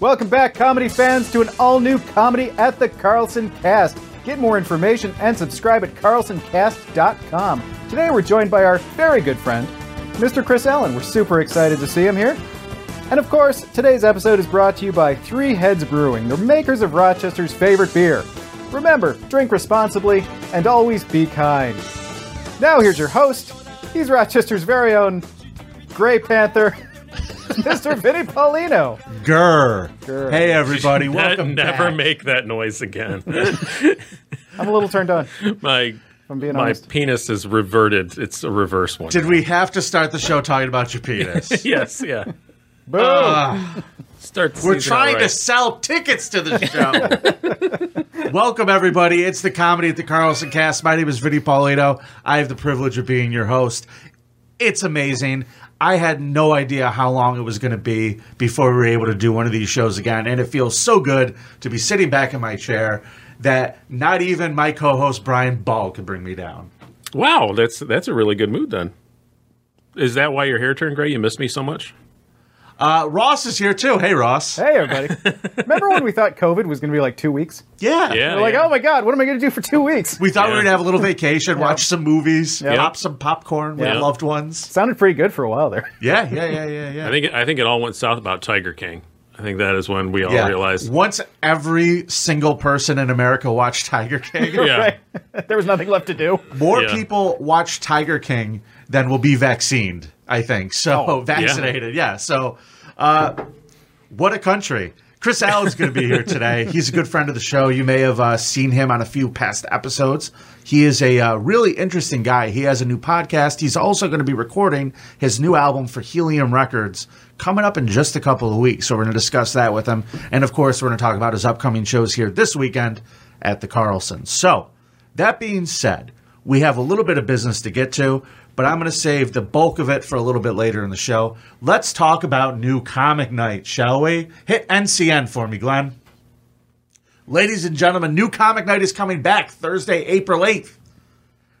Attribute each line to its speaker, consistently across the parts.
Speaker 1: Welcome back, comedy fans, to an all new comedy at the Carlson Cast. Get more information and subscribe at carlsoncast.com. Today we're joined by our very good friend, Mr. Chris Allen. We're super excited to see him here. And of course, today's episode is brought to you by Three Heads Brewing, the makers of Rochester's favorite beer. Remember, drink responsibly and always be kind. Now here's your host. He's Rochester's very own Gray Panther, Mr. Vinny Paulino.
Speaker 2: Grr.
Speaker 1: Grr.
Speaker 2: Hey, everybody.
Speaker 3: That-
Speaker 2: Welcome
Speaker 3: never
Speaker 2: back.
Speaker 3: make that noise again.
Speaker 1: I'm a little turned on. If
Speaker 3: my
Speaker 1: I'm being
Speaker 3: my
Speaker 1: honest.
Speaker 3: penis is reverted. It's a reverse one.
Speaker 2: Did we have to start the show talking about your penis?
Speaker 3: yes, yeah.
Speaker 1: Boom.
Speaker 3: Start. the
Speaker 2: Ah. We're
Speaker 3: season
Speaker 2: trying
Speaker 3: out
Speaker 2: to
Speaker 3: right.
Speaker 2: sell tickets to the show. Welcome, everybody. It's the comedy at the Carlson Cast. My name is Vinny Paulino. I have the privilege of being your host. It's amazing. I had no idea how long it was going to be before we were able to do one of these shows again. And it feels so good to be sitting back in my chair that not even my co host Brian Ball could bring me down.
Speaker 3: Wow, that's that's a really good mood. Then is that why your hair turned gray? You missed me so much.
Speaker 2: Uh, Ross is here too. Hey, Ross.
Speaker 1: Hey, everybody. Remember when we thought COVID was going to be like two weeks?
Speaker 2: Yeah.
Speaker 3: Yeah,
Speaker 1: We're like,
Speaker 3: yeah.
Speaker 1: oh my God, what am I going to do for two weeks?
Speaker 2: We thought we
Speaker 3: Yeah.
Speaker 2: were gonna have a little vacation, watch some movies,
Speaker 1: Yeah.
Speaker 2: pop some popcorn with
Speaker 3: Yeah.
Speaker 2: loved ones.
Speaker 1: Sounded pretty good for a while there.
Speaker 2: Yeah, yeah, yeah, yeah, yeah.
Speaker 3: I think I think it all went south about Tiger King. I think that is when we all
Speaker 2: yeah.
Speaker 3: realized.
Speaker 2: Once every single person in America watched Tiger King,
Speaker 3: Yeah,
Speaker 1: Right? there was nothing left to do.
Speaker 2: more
Speaker 3: Yeah.
Speaker 2: people watch Tiger King than will be vaccinated. I think so. vaccinated, yeah. So, uh, what a country. Chris Allen's going to be here today. He's a good friend of the show. You may have uh, seen him on a few past episodes. He is a uh, really interesting guy. He has a new podcast. He's also going to be recording his new album for Helium Records coming up in just a couple of weeks. So we're going to discuss that with him. And of course, we're going to talk about his upcoming shows here this weekend at the Carlson. So, that being said, we have a little bit of business to get to, but I'm going to save the bulk of it for a little bit later in the show. Let's talk about new comic night, shall we? Hit NCN for me, Glenn. Ladies and gentlemen, new comic night is coming back Thursday, April 8th.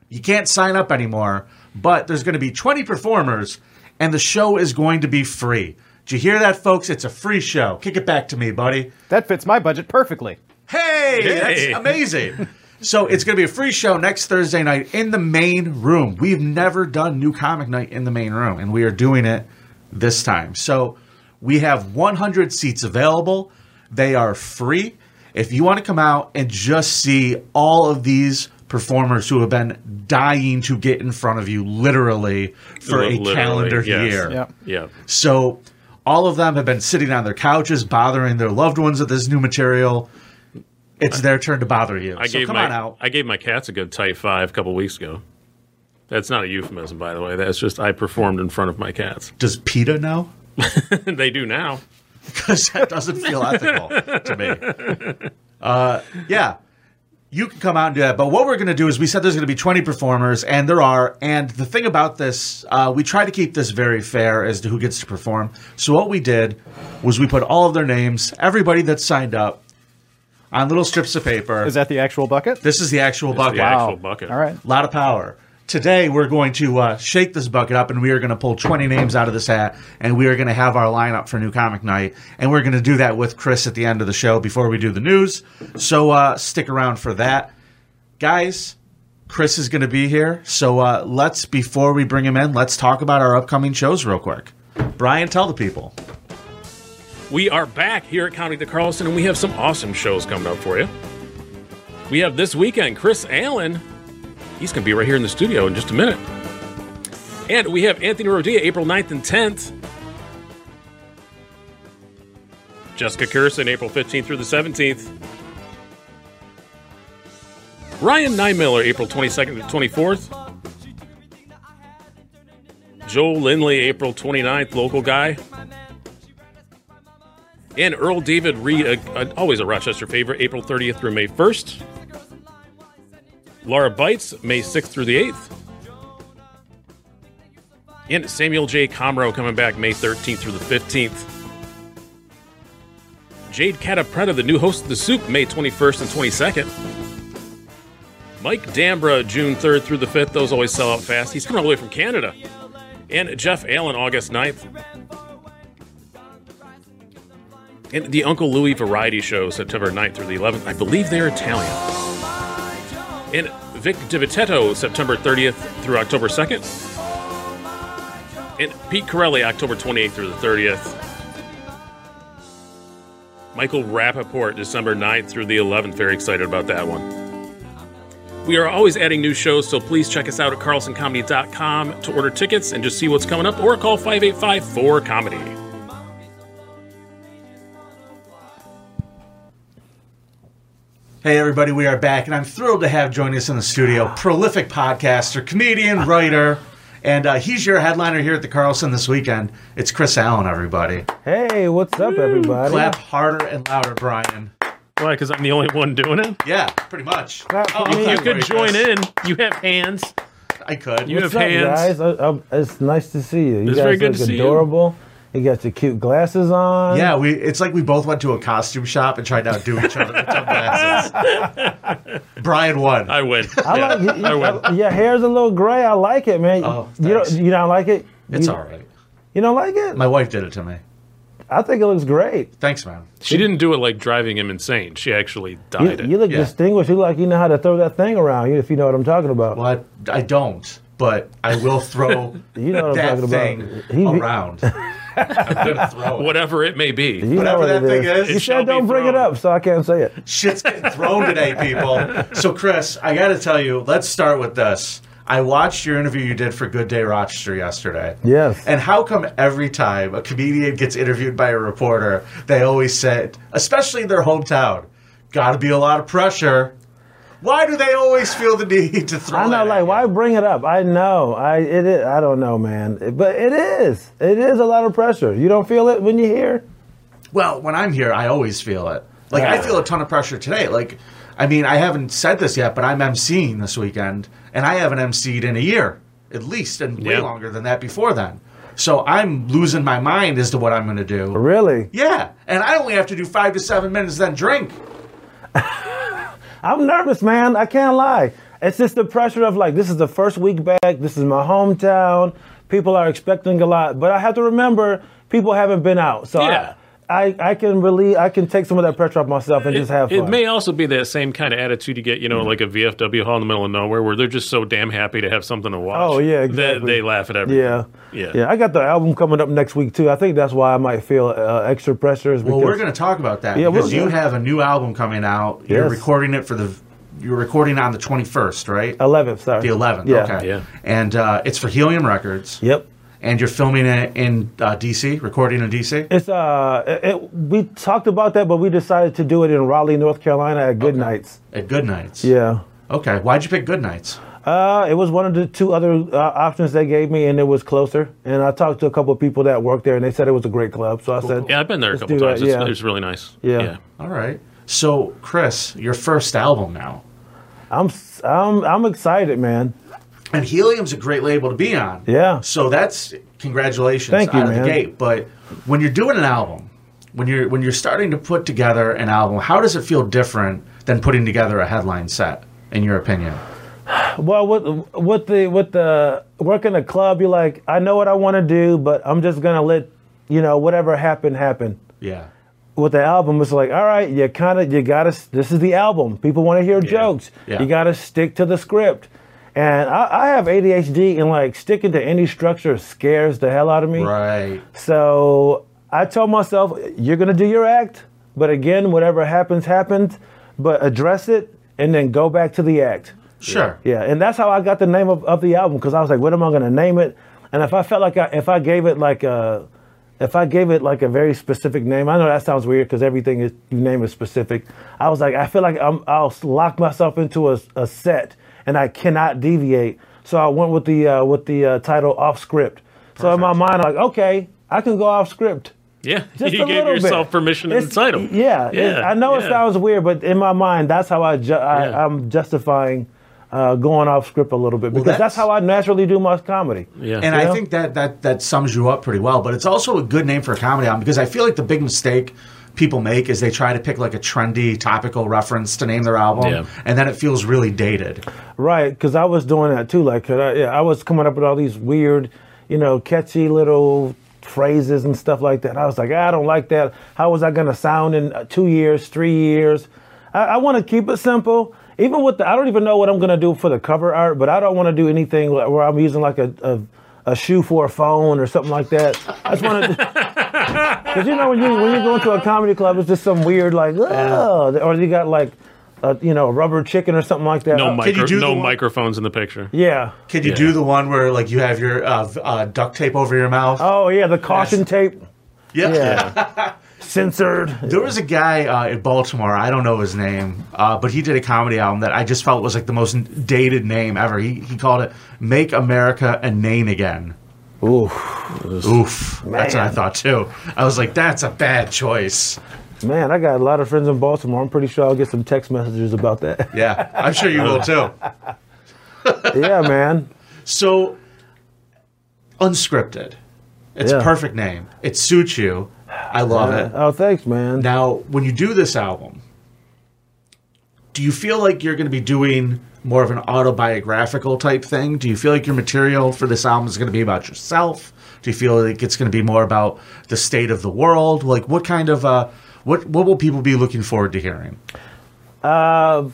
Speaker 2: You can't sign up anymore, but there's going to be 20 performers, and the show is going to be free. Did you hear that, folks? It's a free show. Kick it back to me, buddy.
Speaker 1: That fits my budget perfectly.
Speaker 2: Hey,
Speaker 3: Hey.
Speaker 2: that's amazing. so it's going to be a free show next Thursday night in the main room. We've never done new comic night in the main room, and we are doing it this time. So we have 100 seats available. They are free. If you want to come out and just see all of these performers who have been dying to get in front of you literally for
Speaker 3: Li-
Speaker 2: a
Speaker 3: literally,
Speaker 2: calendar
Speaker 3: yes.
Speaker 2: year.
Speaker 1: Yep.
Speaker 3: yeah.
Speaker 2: So all of them have been sitting on their couches, bothering their loved ones with this new material. It's their turn to bother you.
Speaker 3: I
Speaker 2: so
Speaker 3: gave
Speaker 2: come
Speaker 3: my
Speaker 2: on out.
Speaker 3: I gave my cats a good tight five a couple weeks ago. That's not a euphemism, by the way. That's just I performed in front of my cats.
Speaker 2: Does PETA know?
Speaker 3: they do now.
Speaker 2: Because that doesn't feel ethical to me. Uh, yeah. You can come out and do that. But what we're going to do is we said there's going to be 20 performers, and there are. And the thing about this, uh, we try to keep this very fair as to who gets to perform. So what we did was we put all of their names, everybody that signed up, on little strips of paper.
Speaker 1: Is that the actual bucket?
Speaker 2: This is the actual bucket.
Speaker 3: the actual bucket.
Speaker 1: All right.
Speaker 2: A lot of power. Today, we're going to uh, shake this bucket up and we are going to pull 20 names out of this hat and we are going to have our lineup for New Comic Night. And we're going to do that with Chris at the end of the show before we do the news. So uh, stick around for that. Guys, Chris is going to be here. So uh, let's, before we bring him in, let's talk about our upcoming shows real quick. Brian, tell the people.
Speaker 3: We are back here at County the Carlson, and we have some awesome shows coming up for you. We have this weekend Chris Allen. He's going to be right here in the studio in just a minute. And we have Anthony Rodia April 9th and 10th. Jessica Kirsten April 15th through the 17th. Ryan Nymiller April 22nd to 24th. Joel Lindley April 29th, local guy. And Earl David Reed, a, a, always a Rochester favorite, April 30th through May 1st. Laura Bites, May 6th through the 8th. And Samuel J. Comro coming back May 13th through the 15th. Jade Catapretta, the new host of The Soup, May 21st and 22nd. Mike Dambra, June 3rd through the 5th. Those always sell out fast. He's coming all the way from Canada. And Jeff Allen, August 9th.
Speaker 4: And the Uncle Louis variety show, September 9th through the 11th. I believe they're Italian. And Vic DiVitetto, September 30th through October 2nd. And Pete Corelli, October 28th through the 30th. Michael Rappaport, December 9th through the 11th. Very excited about that one. We are always adding new shows, so please check us out at carlsoncomedy.com to order tickets and just see what's coming up or call 585 4 Comedy.
Speaker 2: Hey, everybody, we are back, and I'm thrilled to have joining us in the studio prolific podcaster, comedian, writer, and uh, he's your headliner here at the Carlson this weekend. It's Chris Allen, everybody.
Speaker 5: Hey, what's up, everybody?
Speaker 2: Clap harder and louder, Brian.
Speaker 3: Why? Because I'm the only one doing it.
Speaker 2: Yeah, pretty much. Oh,
Speaker 5: Clap for me.
Speaker 2: I'm
Speaker 3: You
Speaker 2: sorry,
Speaker 3: could join
Speaker 2: Chris.
Speaker 3: in. You have hands.
Speaker 2: I could.
Speaker 3: You
Speaker 5: What's
Speaker 3: have
Speaker 5: up,
Speaker 3: hands.
Speaker 5: guys? I, I'm- it's nice to see you. You
Speaker 3: It's
Speaker 5: guys
Speaker 3: very good
Speaker 5: look
Speaker 3: to see you.
Speaker 5: adorable. You. got your cute glasses on.
Speaker 2: yeah, we. It's like we both went to a costume shop and tried to outdo each other with dumb glasses. Brian won.
Speaker 4: I would.
Speaker 5: I
Speaker 4: Yeah,
Speaker 5: like you,
Speaker 4: I would.
Speaker 5: you- your hair's a little gray. I like it, man.
Speaker 2: Oh,
Speaker 5: you don't
Speaker 2: thanks.
Speaker 5: you don't like it?
Speaker 2: it's
Speaker 5: you,
Speaker 2: all right.
Speaker 5: You don't like it?
Speaker 2: My wife did it to me.
Speaker 5: I think it looks great.
Speaker 2: Thanks, man.
Speaker 4: She didn't do it like driving him insane. She actually
Speaker 5: You,
Speaker 4: died.
Speaker 5: you look
Speaker 2: Yeah.
Speaker 5: distinguished. You look like you know how to throw that thing around. If you know what I'm talking about.
Speaker 2: Well, I, I don't, but I will throw
Speaker 5: You know what I'm
Speaker 2: that
Speaker 5: talking
Speaker 2: thing
Speaker 5: about. He- he-
Speaker 2: around. I'm gonna throw it.
Speaker 4: Whatever it may be.
Speaker 5: You know
Speaker 2: Whatever
Speaker 5: what
Speaker 2: that
Speaker 5: it
Speaker 2: thing
Speaker 5: is.
Speaker 2: is,
Speaker 5: You
Speaker 2: it
Speaker 4: shall
Speaker 5: said
Speaker 4: be
Speaker 5: don't bring it
Speaker 4: thrown.
Speaker 5: up, so I can't say it.
Speaker 2: shit's getting thrown today, people. So, Chris, I got to tell you, let's start with this. I watched your interview you did for Good Day Rochester yesterday.
Speaker 5: Yes.
Speaker 2: And how come every time a comedian gets interviewed by a reporter, they always said, especially in their hometown, got to be a lot of pressure. Why do they always feel the need to throw?
Speaker 5: I know,
Speaker 2: that at
Speaker 5: like,
Speaker 2: you?
Speaker 5: why bring it up? I know, I it is. I don't know, man. It- But it is. It is a lot of pressure. You don't feel it when you're here.
Speaker 2: Well, when I'm here, I always feel it. Like I feel a ton of pressure today. Like, I mean, I haven't said this yet, but I'm emceeing this weekend, and I haven't emceed in a year, at least, and way
Speaker 4: Yeah.
Speaker 2: longer than that before then. So I'm losing my mind as to what I'm going to do.
Speaker 5: Really,
Speaker 2: Yeah, and I only have to do five to seven minutes, then drink.
Speaker 5: I'm nervous, man. I can't lie. It's just the pressure of like, this is the first week back. This is my hometown. People are expecting a lot, but I have to remember people haven't been out, so I-
Speaker 3: Yeah.
Speaker 5: I, I can really I can take some of that pressure off myself and just have fun. Mm-hmm.
Speaker 3: It may also be that same kind of attitude you get, you know, like a VFW hall in the middle of nowhere, where they're just so damn happy to have something to watch.
Speaker 5: Oh, yeah,
Speaker 3: That
Speaker 5: exactly.
Speaker 3: they laugh at everything.
Speaker 5: yeah.
Speaker 3: Yeah.
Speaker 5: yeah. I got the album coming up next week too. I think that's why I might feel uh, extra pressure. Is
Speaker 2: Well,
Speaker 5: because-
Speaker 2: we're going to talk about that
Speaker 5: Yeah,
Speaker 2: because
Speaker 5: we'll-
Speaker 2: you have a new album coming out. You're
Speaker 5: Yes.
Speaker 2: recording it for the. You're recording on the 21st, right?
Speaker 5: 11th, sorry.
Speaker 2: The 11th.
Speaker 5: Uh, Yeah.
Speaker 2: Okay.
Speaker 3: Yeah.
Speaker 2: And uh, it's for Helium Records.
Speaker 5: Yep.
Speaker 2: and you're filming it in uh, DC, recording in DC.
Speaker 5: It's uh, it, it- we talked about that, but we decided to do it in Raleigh, North Carolina at Good Nights.
Speaker 2: At Goodnights.
Speaker 5: Yeah.
Speaker 2: Okay. Why'd you pick Goodnights?
Speaker 5: Uh, it was one of the two other uh, options they gave me, and it was closer. And I talked to a couple of people that worked there, and they said it was a great club. So I said,
Speaker 3: Yeah,
Speaker 4: I've been there a
Speaker 5: Let's
Speaker 4: couple
Speaker 5: do that,
Speaker 4: times. It's,
Speaker 5: yeah.
Speaker 4: it's really nice.
Speaker 5: Yeah.
Speaker 2: All right. So, Chris, your first album now,
Speaker 5: I'm, s- I'm, I'm excited, man.
Speaker 2: and Helium's a great label to be on.
Speaker 5: Yeah.
Speaker 2: So that's congratulations
Speaker 5: Thank you,
Speaker 2: out of
Speaker 5: man.
Speaker 2: the gate. But when you're doing an album, when you're when you're starting to put together an album, how does it feel different than putting together a headline set? In your opinion,
Speaker 5: Well, with with the with the working a club, you're like, I know what I want to do, but I'm just gonna let you know whatever happened happen.
Speaker 2: yeah.
Speaker 5: with the album it's like all right you kind of you gotta this is the album people want to hear jokes
Speaker 2: Yeah.
Speaker 5: you gotta stick to the script and I, I have adhd and like sticking to any structure scares the hell out of me
Speaker 2: Right.
Speaker 5: so i told myself you're gonna do your act but again whatever happens happens but address it and then go back to the act
Speaker 2: Sure.
Speaker 5: yeah, and that's how I got the name of, of the album because I was like, what am I going to name it? And if I felt like I, if I gave it like a, if I gave it like a very specific name, I know that sounds weird because everything is, you name is specific. I was like, I feel like I'm, I'll lock myself into a, a set and I cannot deviate. So I went with the uh, with the uh, title off script. So in my mind, I'm like, okay, I can go off script.
Speaker 3: Yeah.
Speaker 5: Just
Speaker 3: you
Speaker 5: a
Speaker 3: gave
Speaker 5: little
Speaker 3: yourself
Speaker 5: bit.
Speaker 3: permission to
Speaker 5: It's-
Speaker 3: the title.
Speaker 5: Yeah, it- I know
Speaker 3: yeah.
Speaker 5: it sounds weird, but in my mind, that's how I, ju- I
Speaker 3: Yeah.
Speaker 5: I'm justifying uh, going off script a little bit because
Speaker 2: that's-
Speaker 5: that's, how I naturally do my comedy.
Speaker 3: Yeah.
Speaker 2: And
Speaker 5: Yeah.
Speaker 2: I think that, that that sums you up pretty well. But it's also a good name for a comedy album because I feel like the big mistake people make is they try to pick like a trendy topical reference to name their album,
Speaker 3: Yeah.
Speaker 2: and then it feels really dated.
Speaker 5: Right, because I was doing that too. Like, 'cause I, yeah, I was coming up with all these weird, you know, catchy little phrases and stuff like that. I was like, "Ah, I don't like that. How was I going to sound in uh, two years, three years? I, I want to keep it simple. Even with the, I don't even know what I'm going to do for the cover art, but I don't want to do anything wh- where I'm using like a, a, a shoe for a phone or something like that. I just want to. Because you know when you when you go into a comedy club, it's just some weird like, oh, or you got like, a, you know, a rubber chicken or something like that.
Speaker 3: No,
Speaker 5: Uh,
Speaker 3: micro-
Speaker 2: do the
Speaker 3: no
Speaker 2: one-
Speaker 3: microphones in the picture.
Speaker 5: yeah.
Speaker 2: Can you do the one where like you have your uh, v- uh, duct tape over your mouth?
Speaker 5: Oh yeah, the caution tape.
Speaker 2: yeah.
Speaker 5: Yeah. Censored.
Speaker 2: There was a guy uh, in Baltimore. I don't know his name, uh, but he did a comedy album that I just felt was like the most dated name ever. He he called it "Make America a Name Again."
Speaker 5: Ooh,
Speaker 2: Oof, that's what I
Speaker 5: Man.
Speaker 2: thought too. I was like, that's a bad choice.
Speaker 5: man, I got a lot of friends in Baltimore. I'm pretty sure I'll get some text messages about that.
Speaker 2: Yeah, I'm sure you will too.
Speaker 5: yeah, man.
Speaker 2: So, unscripted. It's a
Speaker 5: Yeah.
Speaker 2: perfect name. It suits you. I love it.
Speaker 5: Oh, thanks, man.
Speaker 2: Now, when you do this album, do you feel like you're going to be doing more of an autobiographical type thing? Do you feel like your material for this album is going to be about yourself? Do you feel like it's going to be more about the state of the world? Like, what kind of uh, what what will people be looking forward to hearing?
Speaker 5: Uh,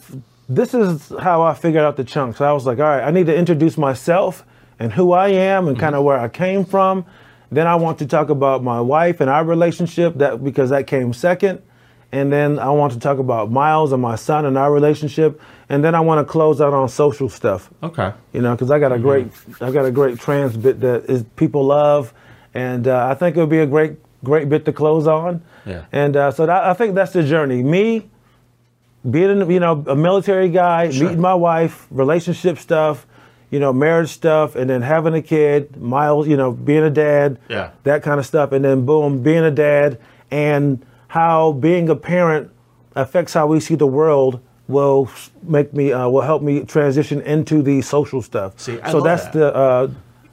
Speaker 5: this is how I figured out the chunks. I was like, all right, I need to introduce myself and who I am and kind of where I came from. Then I want to talk about my wife and our relationship that because that came second. And then I want to talk about Miles and my son and our relationship. And then I want to close out on social stuff.
Speaker 2: Okay.
Speaker 5: you know, because I got a great, I got a great trans bit that is people love, and uh, I think it would be a great, great bit to close on.
Speaker 2: Yeah.
Speaker 5: And uh, so that, I think that's the journey. Me being, you know, a military guy, meeting my wife, relationship stuff, you know, marriage stuff, and then having a kid, Miles, you know, being a dad,
Speaker 2: Yeah.
Speaker 5: that kind of stuff, and then boom, being a dad, and how being a parent affects how we see the world will s- make me uh, will help me transition into the social stuff.
Speaker 2: See, I
Speaker 5: so
Speaker 2: love
Speaker 5: that's
Speaker 2: that.
Speaker 5: the uh,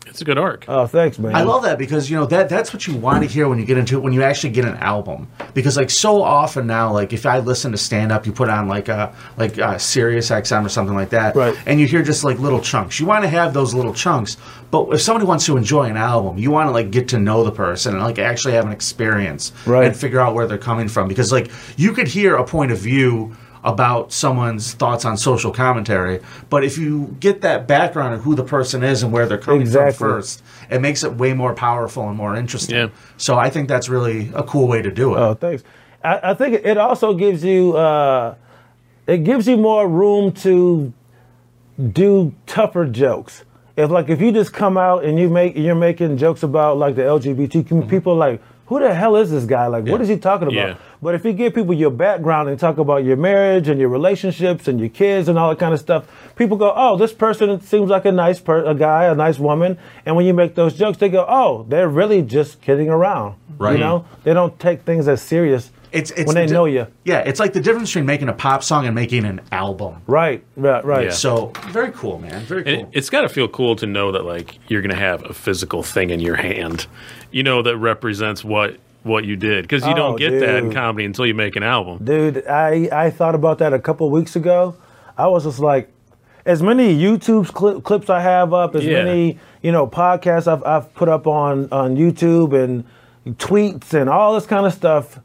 Speaker 3: It's a good arc.
Speaker 5: oh, thanks, man.
Speaker 2: I love that because you know that that's what you want to hear when you get into it when you actually get an album because like so often now like if I listen to stand up you put on like a like a Sirius XM or something like that
Speaker 5: Right.
Speaker 2: and you hear just like little chunks you want to have those little chunks but if somebody wants to enjoy an album you want to like get to know the person and like actually have an experience
Speaker 5: Right.
Speaker 2: and figure out where they're coming from because like you could hear a point of view about someone's thoughts on social commentary but if you get that background of who the person is and where they're coming
Speaker 5: Exactly.
Speaker 2: from first it makes it way more powerful and more interesting.
Speaker 3: Yeah.
Speaker 2: So I think that's really a cool way to do it.
Speaker 5: Oh, thanks. I, I think it also gives you uh, it gives you more room to do tougher jokes. If like if you just come out and you make you're making jokes about like the LGBT community, people are like who the hell is this guy? Like what is he talking about?
Speaker 3: Mm-hmm. Yeah.
Speaker 5: But if you give people your background and talk about your marriage and your relationships and your kids and all that kind of stuff, people go, "Oh, this person seems like a nice per- a guy, a nice woman." And when you make those jokes, they go, "Oh, they're really just kidding around."
Speaker 2: Right.
Speaker 5: You know, they don't take things as serious
Speaker 2: It's, it's
Speaker 5: when
Speaker 2: the
Speaker 5: they
Speaker 2: di-
Speaker 5: know you.
Speaker 2: Yeah, it's like the difference between making a pop song and making an album.
Speaker 5: Right, right, right.
Speaker 3: Yeah.
Speaker 2: So very cool, man. Very cool.
Speaker 3: And it, it's got to feel cool to know that like you're gonna have a physical thing in your hand, you know, that represents what what you did because you
Speaker 5: Oh,
Speaker 3: don't get that in
Speaker 5: dude.
Speaker 3: comedy until you make an album.
Speaker 5: Dude, I, I thought about that a couple weeks ago. I was just like, as many YouTube cli- clips I have up, as
Speaker 3: Yeah.
Speaker 5: many you know podcasts I've, I've put up on on YouTube and tweets and all this kind of stuff,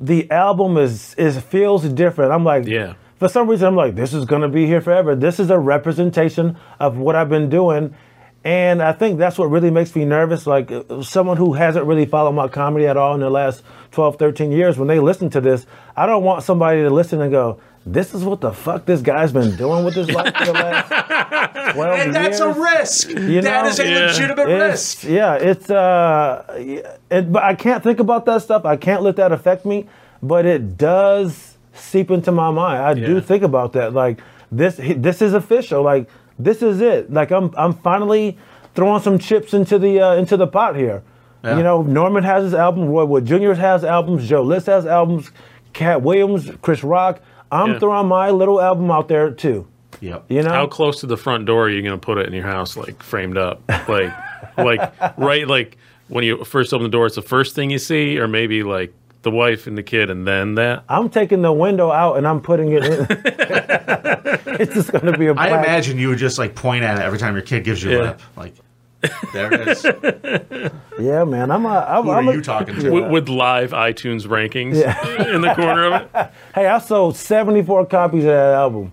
Speaker 5: the album is is feels different. I'm like,
Speaker 3: Yeah.
Speaker 5: For some reason, I'm like, this is gonna be here forever. This is a representation of what I've been doing. And I think that's what really makes me nervous. Like uh, someone who hasn't really followed my comedy at all in the last 12, 13 years, when they listen to this, I don't want somebody to listen and go, this is what the fuck this guy's been doing with his life for the last 12
Speaker 2: And that's a
Speaker 5: years."
Speaker 2: risk.
Speaker 5: You
Speaker 2: that
Speaker 5: know?
Speaker 2: is a
Speaker 3: Yeah.
Speaker 2: legitimate
Speaker 5: It's-
Speaker 2: risk.
Speaker 5: Yeah, it's uh, it, but I can't think about that stuff. I can't let that affect me. But it does seep into my mind. I do
Speaker 3: Yeah.
Speaker 5: think about that. Like this, this is official. Like this is it. Like I'm, I'm finally throwing some chips into the uh, into the pot here. You know, Norman has his album. Roy Wood Jr. has albums. Joe List has albums. Cat Williams, Chris Rock. I'm
Speaker 3: Yeah.
Speaker 5: throwing my little album out there too.
Speaker 2: Yep.
Speaker 5: You know,
Speaker 3: How close to the front door are you gonna put it in your house, like framed up, like like right like when you first open the door, it's the first thing you see, or maybe like the wife and the kid, and then that.
Speaker 5: I'm taking the window out and I'm putting it in. it's just going to be a
Speaker 2: I
Speaker 5: black-
Speaker 2: imagine you would just like point at it every time your kid gives you a
Speaker 3: Yeah.
Speaker 2: lip. Like There it is.
Speaker 5: Yeah, man. I'm a. I'm,
Speaker 2: Who
Speaker 5: I'm
Speaker 2: are
Speaker 5: a-
Speaker 2: you talking
Speaker 5: uh,
Speaker 2: to?
Speaker 3: with, with live iTunes rankings in the corner of it.
Speaker 5: Hey, I sold 74 copies of that album.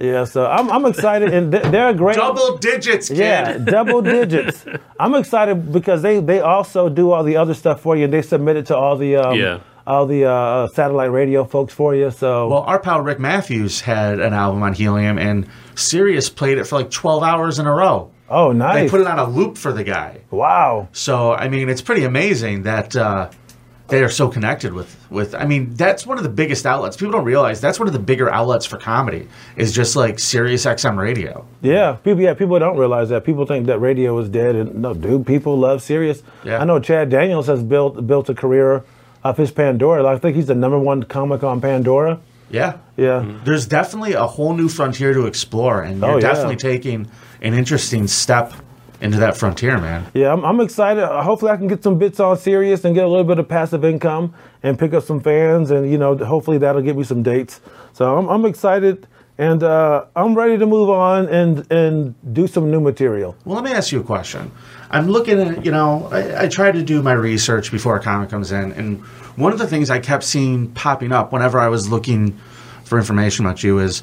Speaker 5: yeah, so I'm, I'm excited, and they- they're a great.
Speaker 2: Double digits, kid.
Speaker 5: Yeah, double digits. I'm excited because they they also do all the other stuff for you. They submit it to all the um,
Speaker 3: Yeah.
Speaker 5: all the uh, satellite radio folks for you. So
Speaker 2: Well, our pal Rick Matthews had an album on Helium, and Sirius played it for like 12 hours in a row.
Speaker 5: oh,
Speaker 2: They
Speaker 5: nice!
Speaker 2: put it on a loop for the guy.
Speaker 5: wow,
Speaker 2: So, I mean, it's pretty amazing that uh, they are so connected with, with. I mean, that's one of the biggest outlets. People don't realize that's one of the bigger outlets for comedy, is just like Sirius XM radio.
Speaker 5: yeah, people yeah people don't realize that. People think that radio is dead, and no, dude, people love Sirius.
Speaker 2: Yeah.
Speaker 5: I know Chad Daniels has built built a career off his Pandora. I think he's the number one comic on Pandora. Mm-hmm.
Speaker 2: Yeah.
Speaker 5: Yeah.
Speaker 2: There's definitely a whole new frontier to explore, and you're
Speaker 5: Oh, yeah.
Speaker 2: definitely taking an interesting step into that frontier, man.
Speaker 5: Yeah, I'm, I'm excited. Uh, Hopefully, I can get some bits on Sirius and get a little bit of passive income and pick up some fans, and you know, hopefully that'll get me some dates. So I'm, I'm excited, and uh, I'm ready to move on and and do some new material.
Speaker 2: Well, let me ask you a question. I'm looking at, you know, I, I try to do my research before a comic comes in, and one of the things I kept seeing popping up whenever I was looking for information about you is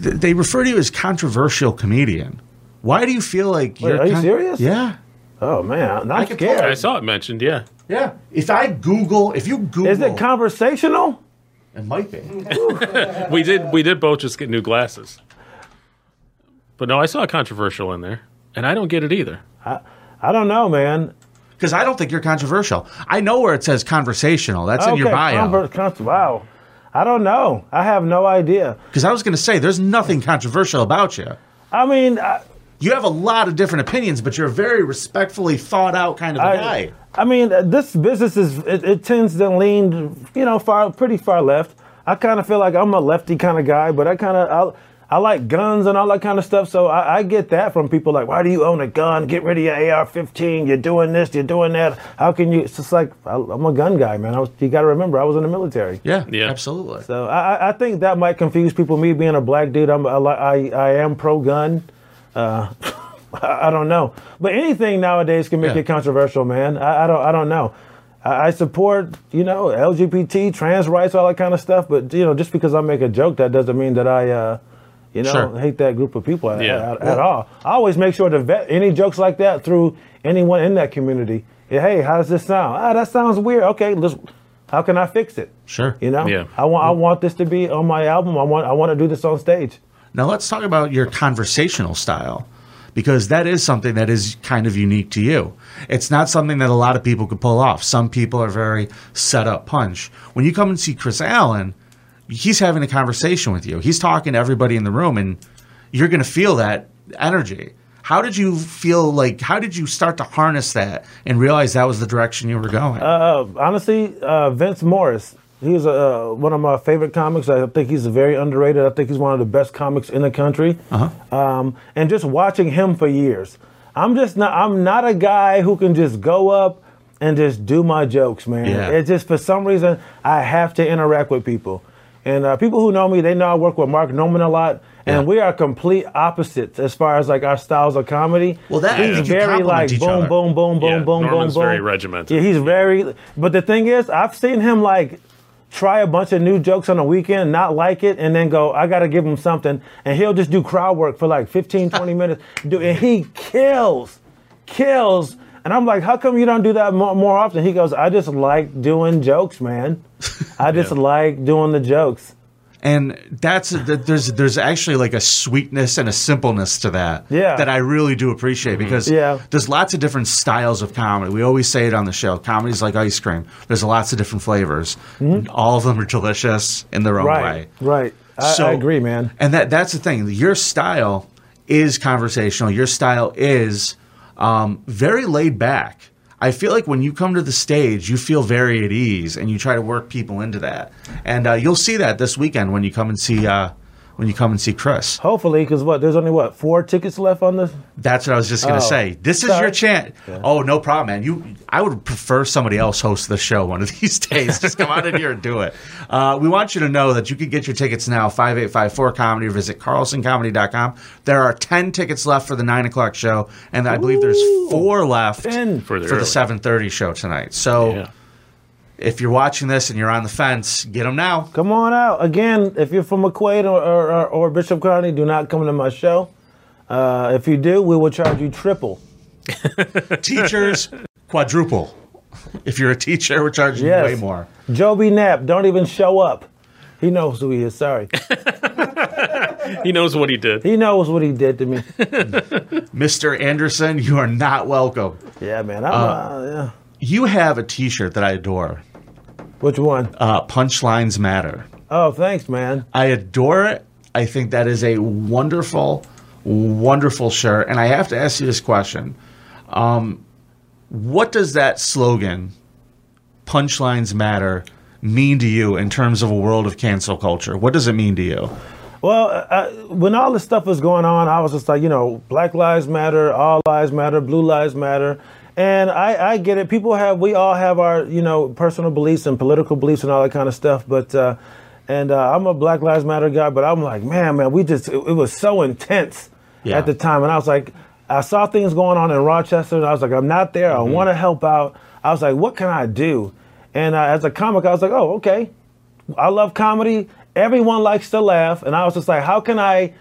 Speaker 2: th- they refer to you as controversial comedian. Why do you feel like you're?
Speaker 5: are you serious?
Speaker 2: Yeah,
Speaker 5: Oh man, I'm
Speaker 2: can
Speaker 5: scared.
Speaker 3: I saw it mentioned. Yeah,
Speaker 2: yeah. If I Google, if you Google,
Speaker 5: Is it conversational?
Speaker 2: it might be.
Speaker 3: we did. We did both just get new glasses. But no, I saw a controversial in there, and I don't get it either.
Speaker 5: I don't know, man.
Speaker 2: Because I don't think you're controversial. I know where it says conversational. That's in your bio.
Speaker 5: conver- con- wow, I don't know. I have no idea.
Speaker 2: Because I was going to say, there's nothing controversial about you.
Speaker 5: I mean, I,
Speaker 2: You have a lot of different opinions, but you're a very respectfully thought out kind of a guy.
Speaker 5: I mean, uh, this business is it, it tends to lean, you know, far pretty far left. I kind of feel like I'm a lefty kind of guy, but I kind of I, I like guns and all that kind of stuff. So I, I get that from people like, why do you own a gun? Get rid of your AR-15. You're doing this. You're doing that. How can you? It's just like I, I'm a gun guy, man. I was, you got to remember, I was in the military.
Speaker 2: Yeah,
Speaker 3: Yeah.
Speaker 2: absolutely.
Speaker 5: So I, I- I think that might confuse people. Me being a black dude, I'm I, li- I, I am pro gun. Uh, I, I don't know, but anything nowadays can make
Speaker 2: Yeah.
Speaker 5: it controversial, man. I, I don't I don't know. I, I support you know LGBT, trans rights, all that kind of stuff. But you know, just because I make a joke, that doesn't mean that I. Uh, you know,
Speaker 2: Sure.
Speaker 5: hate that group of people at,
Speaker 3: Yeah.
Speaker 5: at, at all. I always make sure to vet any jokes like that through anyone in that community. Yeah, Hey, how does this sound? Ah, that sounds weird. Okay, let's, how can I fix it?
Speaker 2: Sure.
Speaker 5: You know,
Speaker 3: Yeah.
Speaker 5: I want I want this to be on my album. I want I want to do this on stage.
Speaker 2: Now let's talk about your conversational style, because that is something that is kind of unique to you. It's not something that a lot of people could pull off. Some people are very set up punch. When you come and see Chris Allen, he's having a conversation with you. He's talking to everybody in the room, and you're going to feel that energy. How did you feel like? How did you start to harness that and realize that was the direction you were going?
Speaker 5: Honestly, uh, Vince Morris, he was uh, one of my favorite comics. I think he's very underrated. I think he's one of the best comics in the country. Uh-huh. Um, and just watching him for years, I'm just not I'm not a guy who can just go up and just do my jokes, man.
Speaker 2: Yeah.
Speaker 5: It just for some reason I have to interact with people. And uh, people who know me, they know I work with Mark Norman a lot, and
Speaker 2: Yeah.
Speaker 5: we are complete opposites as far as like our styles of comedy.
Speaker 2: Well, that- I
Speaker 5: he's
Speaker 2: think you
Speaker 5: very
Speaker 2: complement
Speaker 5: like
Speaker 2: each
Speaker 5: boom,
Speaker 2: other.
Speaker 5: boom, boom, boom,
Speaker 3: Yeah,
Speaker 5: boom,
Speaker 3: Norman's
Speaker 5: boom, boom.
Speaker 3: very regimented.
Speaker 5: Yeah, he's very. But the thing is, I've seen him like try a bunch of new jokes on a weekend, not like it, and then go, I gotta give him something, and he'll just do crowd work for like 15, 20 minutes. Dude, and he kills, kills. And I'm like, how come you don't do that more, more often? He goes, I just like doing jokes, man. I just like doing the jokes.
Speaker 2: and that's that there's there's actually like a sweetness and a simpleness to that
Speaker 5: Yeah.
Speaker 2: that I really do appreciate because
Speaker 5: Yeah.
Speaker 2: there's lots of different styles of comedy. We always say it on the show. Comedy's like ice cream. There's lots of different flavors. All of them are delicious in their own
Speaker 5: Mm-hmm. Right,
Speaker 2: way.
Speaker 5: right. I, I agree, man.
Speaker 2: And that that's the thing. Your style is conversational. Your style is um, very laid back. I feel like when you come to the stage, you feel very at ease, and you try to work people into that. And uh, you'll see that this weekend when you come and see uh, when you come and see Chris.
Speaker 5: Hopefully, because what? There's only what four tickets left on this.
Speaker 2: That's what I was just gonna
Speaker 5: Oh.
Speaker 2: say. This is
Speaker 5: Sorry.
Speaker 2: your chance. Oh, no problem, man. You, I would prefer somebody else host the show one of these days. just come out of here and do it. Uh, we want you to know that you can get your tickets now. Five eight five four comedy. Or visit carlsoncomedy.com. There are ten tickets left for the nine o'clock show, and I believe there's four left
Speaker 5: Ten.
Speaker 3: For the
Speaker 2: for the
Speaker 3: early.
Speaker 2: seven thirty show tonight. So
Speaker 3: Yeah.
Speaker 2: if you're watching this and you're on the fence, get them now.
Speaker 5: Come on out again. If you're from McQuaid or or, or, or Bishop County, do not come to my show. Uh, if you do, we will charge you triple.
Speaker 2: Teachers quadruple. If you're a teacher, we're charging you
Speaker 5: Yes.
Speaker 2: way more.
Speaker 5: Joby Knapp, don't even show up. He knows who he is. Sorry,
Speaker 3: He knows what he did.
Speaker 5: he knows what he did to me.
Speaker 2: Mr. Anderson, you are not welcome.
Speaker 5: Yeah, man. I'm, uh, yeah.
Speaker 2: You have a T-shirt that I adore.
Speaker 5: Which one?
Speaker 2: Uh, Punchlines matter.
Speaker 5: oh, thanks, man.
Speaker 2: I adore it. I think that is a wonderful, wonderful shirt. And I have to ask you this question: um, What does that slogan, "Punchlines matter," mean to you in terms of a world of cancel culture? What does it mean to you?
Speaker 5: Well, uh, when all this stuff was going on, I was just like, you know, Black Lives Matter, All Lives Matter, Blue Lives Matter. And I, I get it. People have, we all have our, you know, personal beliefs and political beliefs and all that kind of stuff. But, uh, and uh, I'm a Black Lives Matter guy, but I'm like, man, man, we just, it, it was so intense
Speaker 2: Yeah.
Speaker 5: at the time. And I was like, I saw things going on in Rochester, and I was like, I'm not there. I want to help out. I was like, what can I do? And uh, as a comic, I was like, oh, okay. I love comedy. Everyone likes to laugh, and I was just like, how can I,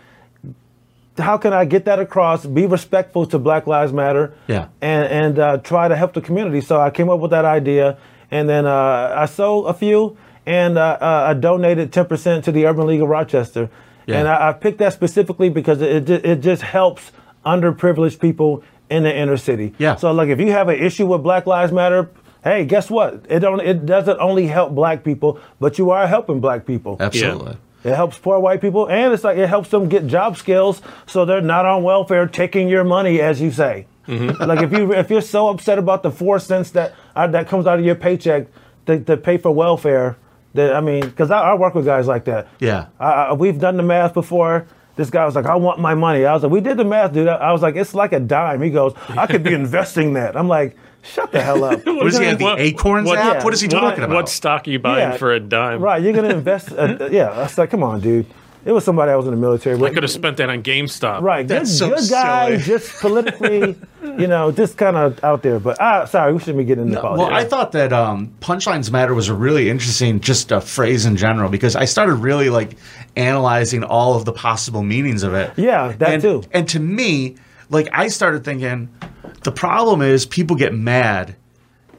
Speaker 5: how can I get that across? Be respectful to Black Lives Matter,
Speaker 2: Yeah.
Speaker 5: and and uh, try to help the community. So I came up with that idea, and then uh, I sold a few, and uh, uh, I donated ten percent to the Urban League of Rochester,
Speaker 2: Yeah.
Speaker 5: and I, I picked that specifically because it it, it just helps underprivileged people in the inner city.
Speaker 2: Yeah.
Speaker 5: So like if you have an issue with Black Lives Matter, hey, guess what? It don't it doesn't only help black people, but you are helping black people.
Speaker 2: Absolutely.
Speaker 5: It helps poor white people and it's like it helps them get job skills so they're not on welfare taking your money as you say. like if you if you're so upset about the 4 cents that uh, that comes out of your paycheck to, to pay for welfare, that I mean cuz I, I work with guys like that.
Speaker 2: Yeah.
Speaker 5: I, I, we've done the math before. This guy was like, I want my money. I was like, we did the math, dude. I, I was like, it's like a dime. He goes, I could be investing that. I'm like, shut the hell up.
Speaker 2: What is he have? The
Speaker 3: What-
Speaker 2: Acorns
Speaker 3: what-
Speaker 2: app?
Speaker 5: yeah.
Speaker 2: What is he
Speaker 3: What-
Speaker 2: talking about?
Speaker 3: What stock are you buying
Speaker 5: Yeah.
Speaker 3: for a dime?
Speaker 5: right, you're going to invest. uh, yeah, I was like, come on, dude. It was somebody I was in the military
Speaker 3: I
Speaker 5: with.
Speaker 3: could have spent that on GameStop.
Speaker 5: Right, good,
Speaker 2: That's so
Speaker 5: good guy,
Speaker 2: silly.
Speaker 5: just politically, you know, just kind of out there. But uh, sorry, we shouldn't be getting into politics.
Speaker 2: Well, I thought that um, punchlines matter was a really interesting, just a phrase in general, because I started really like analyzing all of the possible meanings of it.
Speaker 5: Yeah, that
Speaker 2: and,
Speaker 5: too.
Speaker 2: And to me, like I started thinking, the problem is people get mad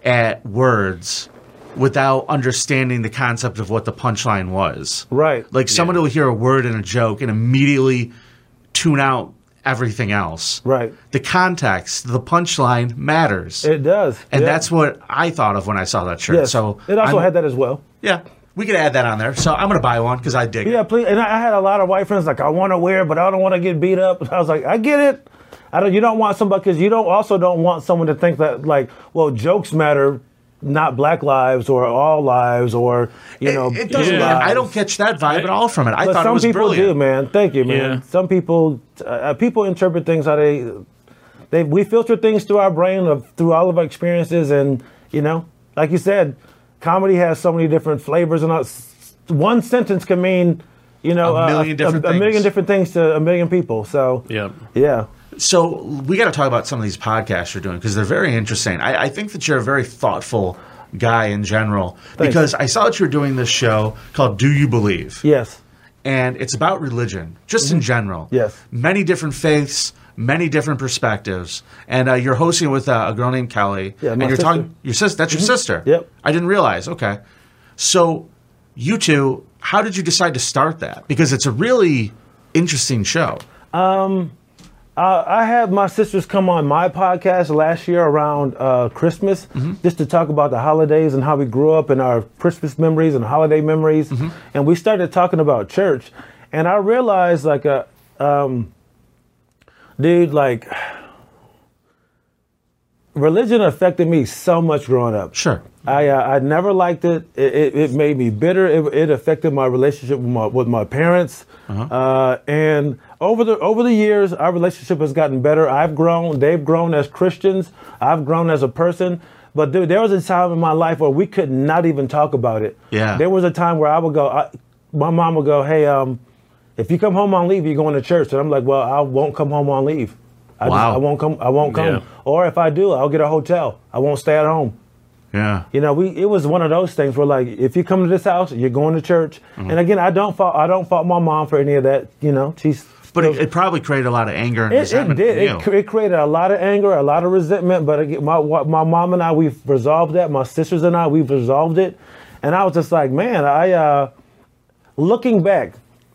Speaker 2: at words without understanding the concept of what the punchline was.
Speaker 5: right,
Speaker 2: Like someone will hear a word in a joke and immediately tune out everything else.
Speaker 5: right.
Speaker 2: The context, the punchline matters.
Speaker 5: It does,
Speaker 2: And
Speaker 5: yeah.
Speaker 2: that's what I thought of when I saw that shirt.
Speaker 5: Yes.
Speaker 2: So
Speaker 5: it also
Speaker 2: I'm-
Speaker 5: had that as well.
Speaker 2: Yeah, we could add that on there. So I'm gonna buy one because I dig
Speaker 5: Yeah,
Speaker 2: it.
Speaker 5: please. And I I had a lot of white friends like I want to wear, it, but I don't want to get beat up. And I was like, I get it. I don't. You don't want somebody because you don't also don't want someone to think that like, well, jokes matter, not black lives or all lives or you know.
Speaker 2: It, it doesn't.
Speaker 5: blue
Speaker 3: yeah.
Speaker 2: I
Speaker 5: lives.
Speaker 2: don't catch that vibe at all from it. I
Speaker 5: But
Speaker 2: thought it
Speaker 5: some
Speaker 2: was
Speaker 5: people
Speaker 2: brilliant.
Speaker 5: do, man. Thank you, man.
Speaker 3: Yeah.
Speaker 5: Some people uh, uh, people interpret things how they they we filter things through our brain of through all of our experiences, and you know, like you said, comedy has so many different flavors, and all- s- one sentence can mean you know uh,
Speaker 2: A million different
Speaker 5: a, a million
Speaker 2: things.
Speaker 5: different things to a million people. So
Speaker 3: Yeah.
Speaker 5: yeah.
Speaker 2: So we got to talk about some of these podcasts you're doing because they're very interesting. I, I think that you're a very thoughtful guy in general because I saw that you were doing this show called Do You Believe?
Speaker 5: yes,
Speaker 2: and it's about religion, just in general.
Speaker 5: Mm-hmm. Yes.
Speaker 2: Many different faiths, many different perspectives, and uh, you're hosting with uh, a girl named Kelly.
Speaker 5: Yeah,
Speaker 2: and
Speaker 5: my
Speaker 2: you're
Speaker 5: sister. Mm-hmm.
Speaker 2: talking your sister. That's your sister.
Speaker 5: Yep.
Speaker 2: I didn't realize. Okay, so you two, how did you decide to start that? Because it's a really interesting show.
Speaker 5: I had my sisters come on my podcast last year around uh, Christmas just to talk about the holidays and how we grew up and our Christmas memories and holiday memories. And we started talking about church. And I realized, like, uh, um, dude, like, religion affected me so much growing up.
Speaker 2: Sure.
Speaker 5: I uh, I never liked it. It, it. it made me bitter. It, it affected my relationship with my, with my parents.
Speaker 2: Uh-huh.
Speaker 5: Uh, and over the over the years, our relationship has gotten better. I've grown. They've grown as Christians. I've grown as a person. But dude, there was a time in my life where we could not even talk about it.
Speaker 2: Yeah.
Speaker 5: There was a time where I would go. I, my mom would go, "Hey, um, if you come home on leave, you're going to church." And I'm like, "Well, I won't come home on leave. I, just-
Speaker 2: Wow.
Speaker 5: I won't come. I won't come.
Speaker 3: Yeah.
Speaker 5: Or if I do, I'll get a hotel. I won't stay at home."
Speaker 2: Yeah.
Speaker 5: You know, we it was one of those things where like if you come to this house, you're going to church.
Speaker 2: Mm-hmm.
Speaker 5: And again, I don't fault I don't fault my mom for any of that. You know, she's
Speaker 2: But it, it probably created a lot of anger and
Speaker 5: it, it
Speaker 2: resentment.
Speaker 5: did.
Speaker 2: in you.
Speaker 5: It, cre- it created a lot of anger, a lot of resentment. But again, my wa- my mom and I, we've resolved that. My sisters and I, we've resolved it. And I was just like, man, I uh, looking back,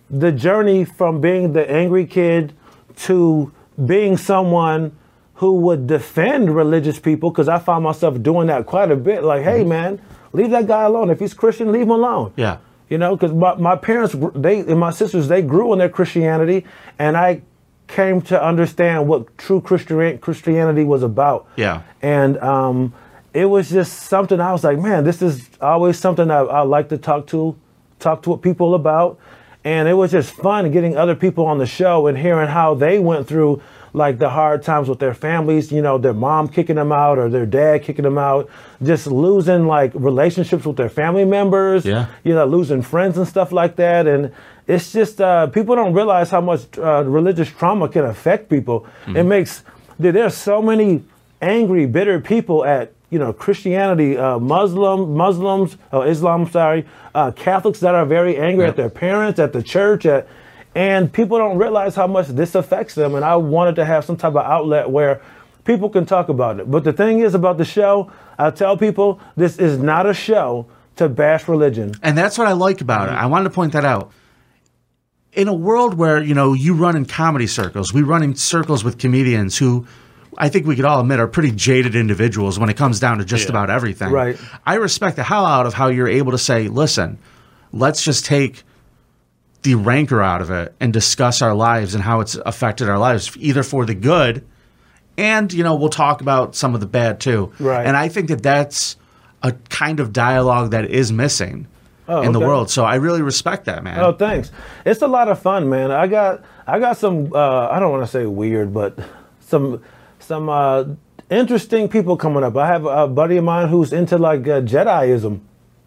Speaker 5: the journey from being the angry kid to being someone who would defend religious people, because I found myself doing that quite a bit. Like, hey, man, leave that guy alone. If he's Christian, leave him alone.
Speaker 2: Yeah.
Speaker 5: You know, because my, my parents, gr- they and my sisters, they grew in their Christianity, and I came to understand what true Christian Christianity was about.
Speaker 2: Yeah.
Speaker 5: and um, it was just something I was like, man, this is always something I, I like to talk to, talk to people about, and it was just fun getting other people on the show and hearing how they went through like the hard times with their families, you know, their mom kicking them out or their dad kicking them out, just losing like relationships with their family members
Speaker 2: Yeah.
Speaker 5: you know, losing friends and stuff like that. And it's just uh, people don't realize how much uh, religious trauma can affect people. It makes dude, there's so many angry, bitter people at you know Christianity, uh, Muslim, Muslims, oh, Islam, sorry, uh, Catholics that are very angry at their parents, at the church, at and people don't realize how much this affects them. And I wanted to have some type of outlet where people can talk about it. But the thing is about the show, I tell people this is not a show to bash religion.
Speaker 2: And that's what I like about it. I wanted to point that out. In a world where, you know, you run in comedy circles, we run in circles with comedians who I think we could all admit are pretty jaded individuals when it comes down to just
Speaker 3: Yeah.
Speaker 2: about everything.
Speaker 5: Right.
Speaker 2: I respect the hell out of how you're able to say, listen, let's just take the rancor out of it and discuss our lives and how it's affected our lives, either for the good and, you know, we'll talk about some of the bad too.
Speaker 5: Right.
Speaker 2: And I think that that's a kind of dialogue that is missing in the
Speaker 5: Oh, okay.
Speaker 2: world. So I really respect that, man.
Speaker 5: Oh, thanks. It's a lot of fun, man. I got I got some uh, I don't want to say weird, but some some uh, interesting people coming up. I have a buddy of mine who's into like uh, Jediism.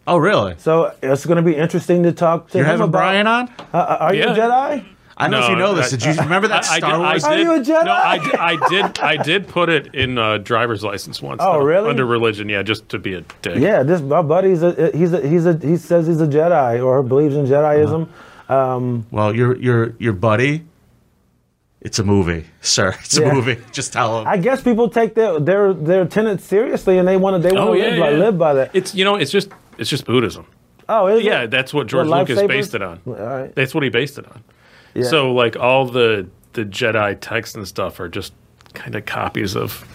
Speaker 2: Oh, really?
Speaker 5: So it's going to be interesting to talk to
Speaker 2: You're
Speaker 5: him
Speaker 2: having
Speaker 5: about.
Speaker 2: Brian on?
Speaker 5: Uh, are you a
Speaker 3: Yeah.
Speaker 5: Jedi?
Speaker 2: I don't know if you
Speaker 3: No,
Speaker 2: know this.
Speaker 3: I-
Speaker 2: Did you remember that
Speaker 3: I- I
Speaker 2: Star
Speaker 3: did- I
Speaker 2: Wars?
Speaker 5: Are
Speaker 3: did-
Speaker 5: you a Jedi?
Speaker 3: No, I, d- I did. I did put it in a driver's license once.
Speaker 5: Oh,
Speaker 3: though,
Speaker 5: really?
Speaker 3: Under religion, yeah, just to be a dick.
Speaker 5: Yeah, this my buddy's a, uh, he's a, he's a he says he's a Jedi or believes in Jediism.
Speaker 3: Uh-huh.
Speaker 5: Um,
Speaker 2: well, your your your buddy. It's a movie, sir. It's
Speaker 5: Yeah.
Speaker 2: a movie. Just tell him.
Speaker 5: I guess people take their their their tenets seriously and they want to they want
Speaker 3: Oh
Speaker 5: to
Speaker 3: yeah,
Speaker 5: live, by,
Speaker 3: yeah.
Speaker 5: live by that.
Speaker 3: It's you know, it's just it's just Buddhism.
Speaker 5: oh, is it?
Speaker 3: Yeah, that's what George
Speaker 5: Well,
Speaker 3: Lucas
Speaker 5: lifesavers?
Speaker 3: based it on.
Speaker 5: All right.
Speaker 3: That's what he based it on. So like all the the Jedi texts and stuff are just kind of copies of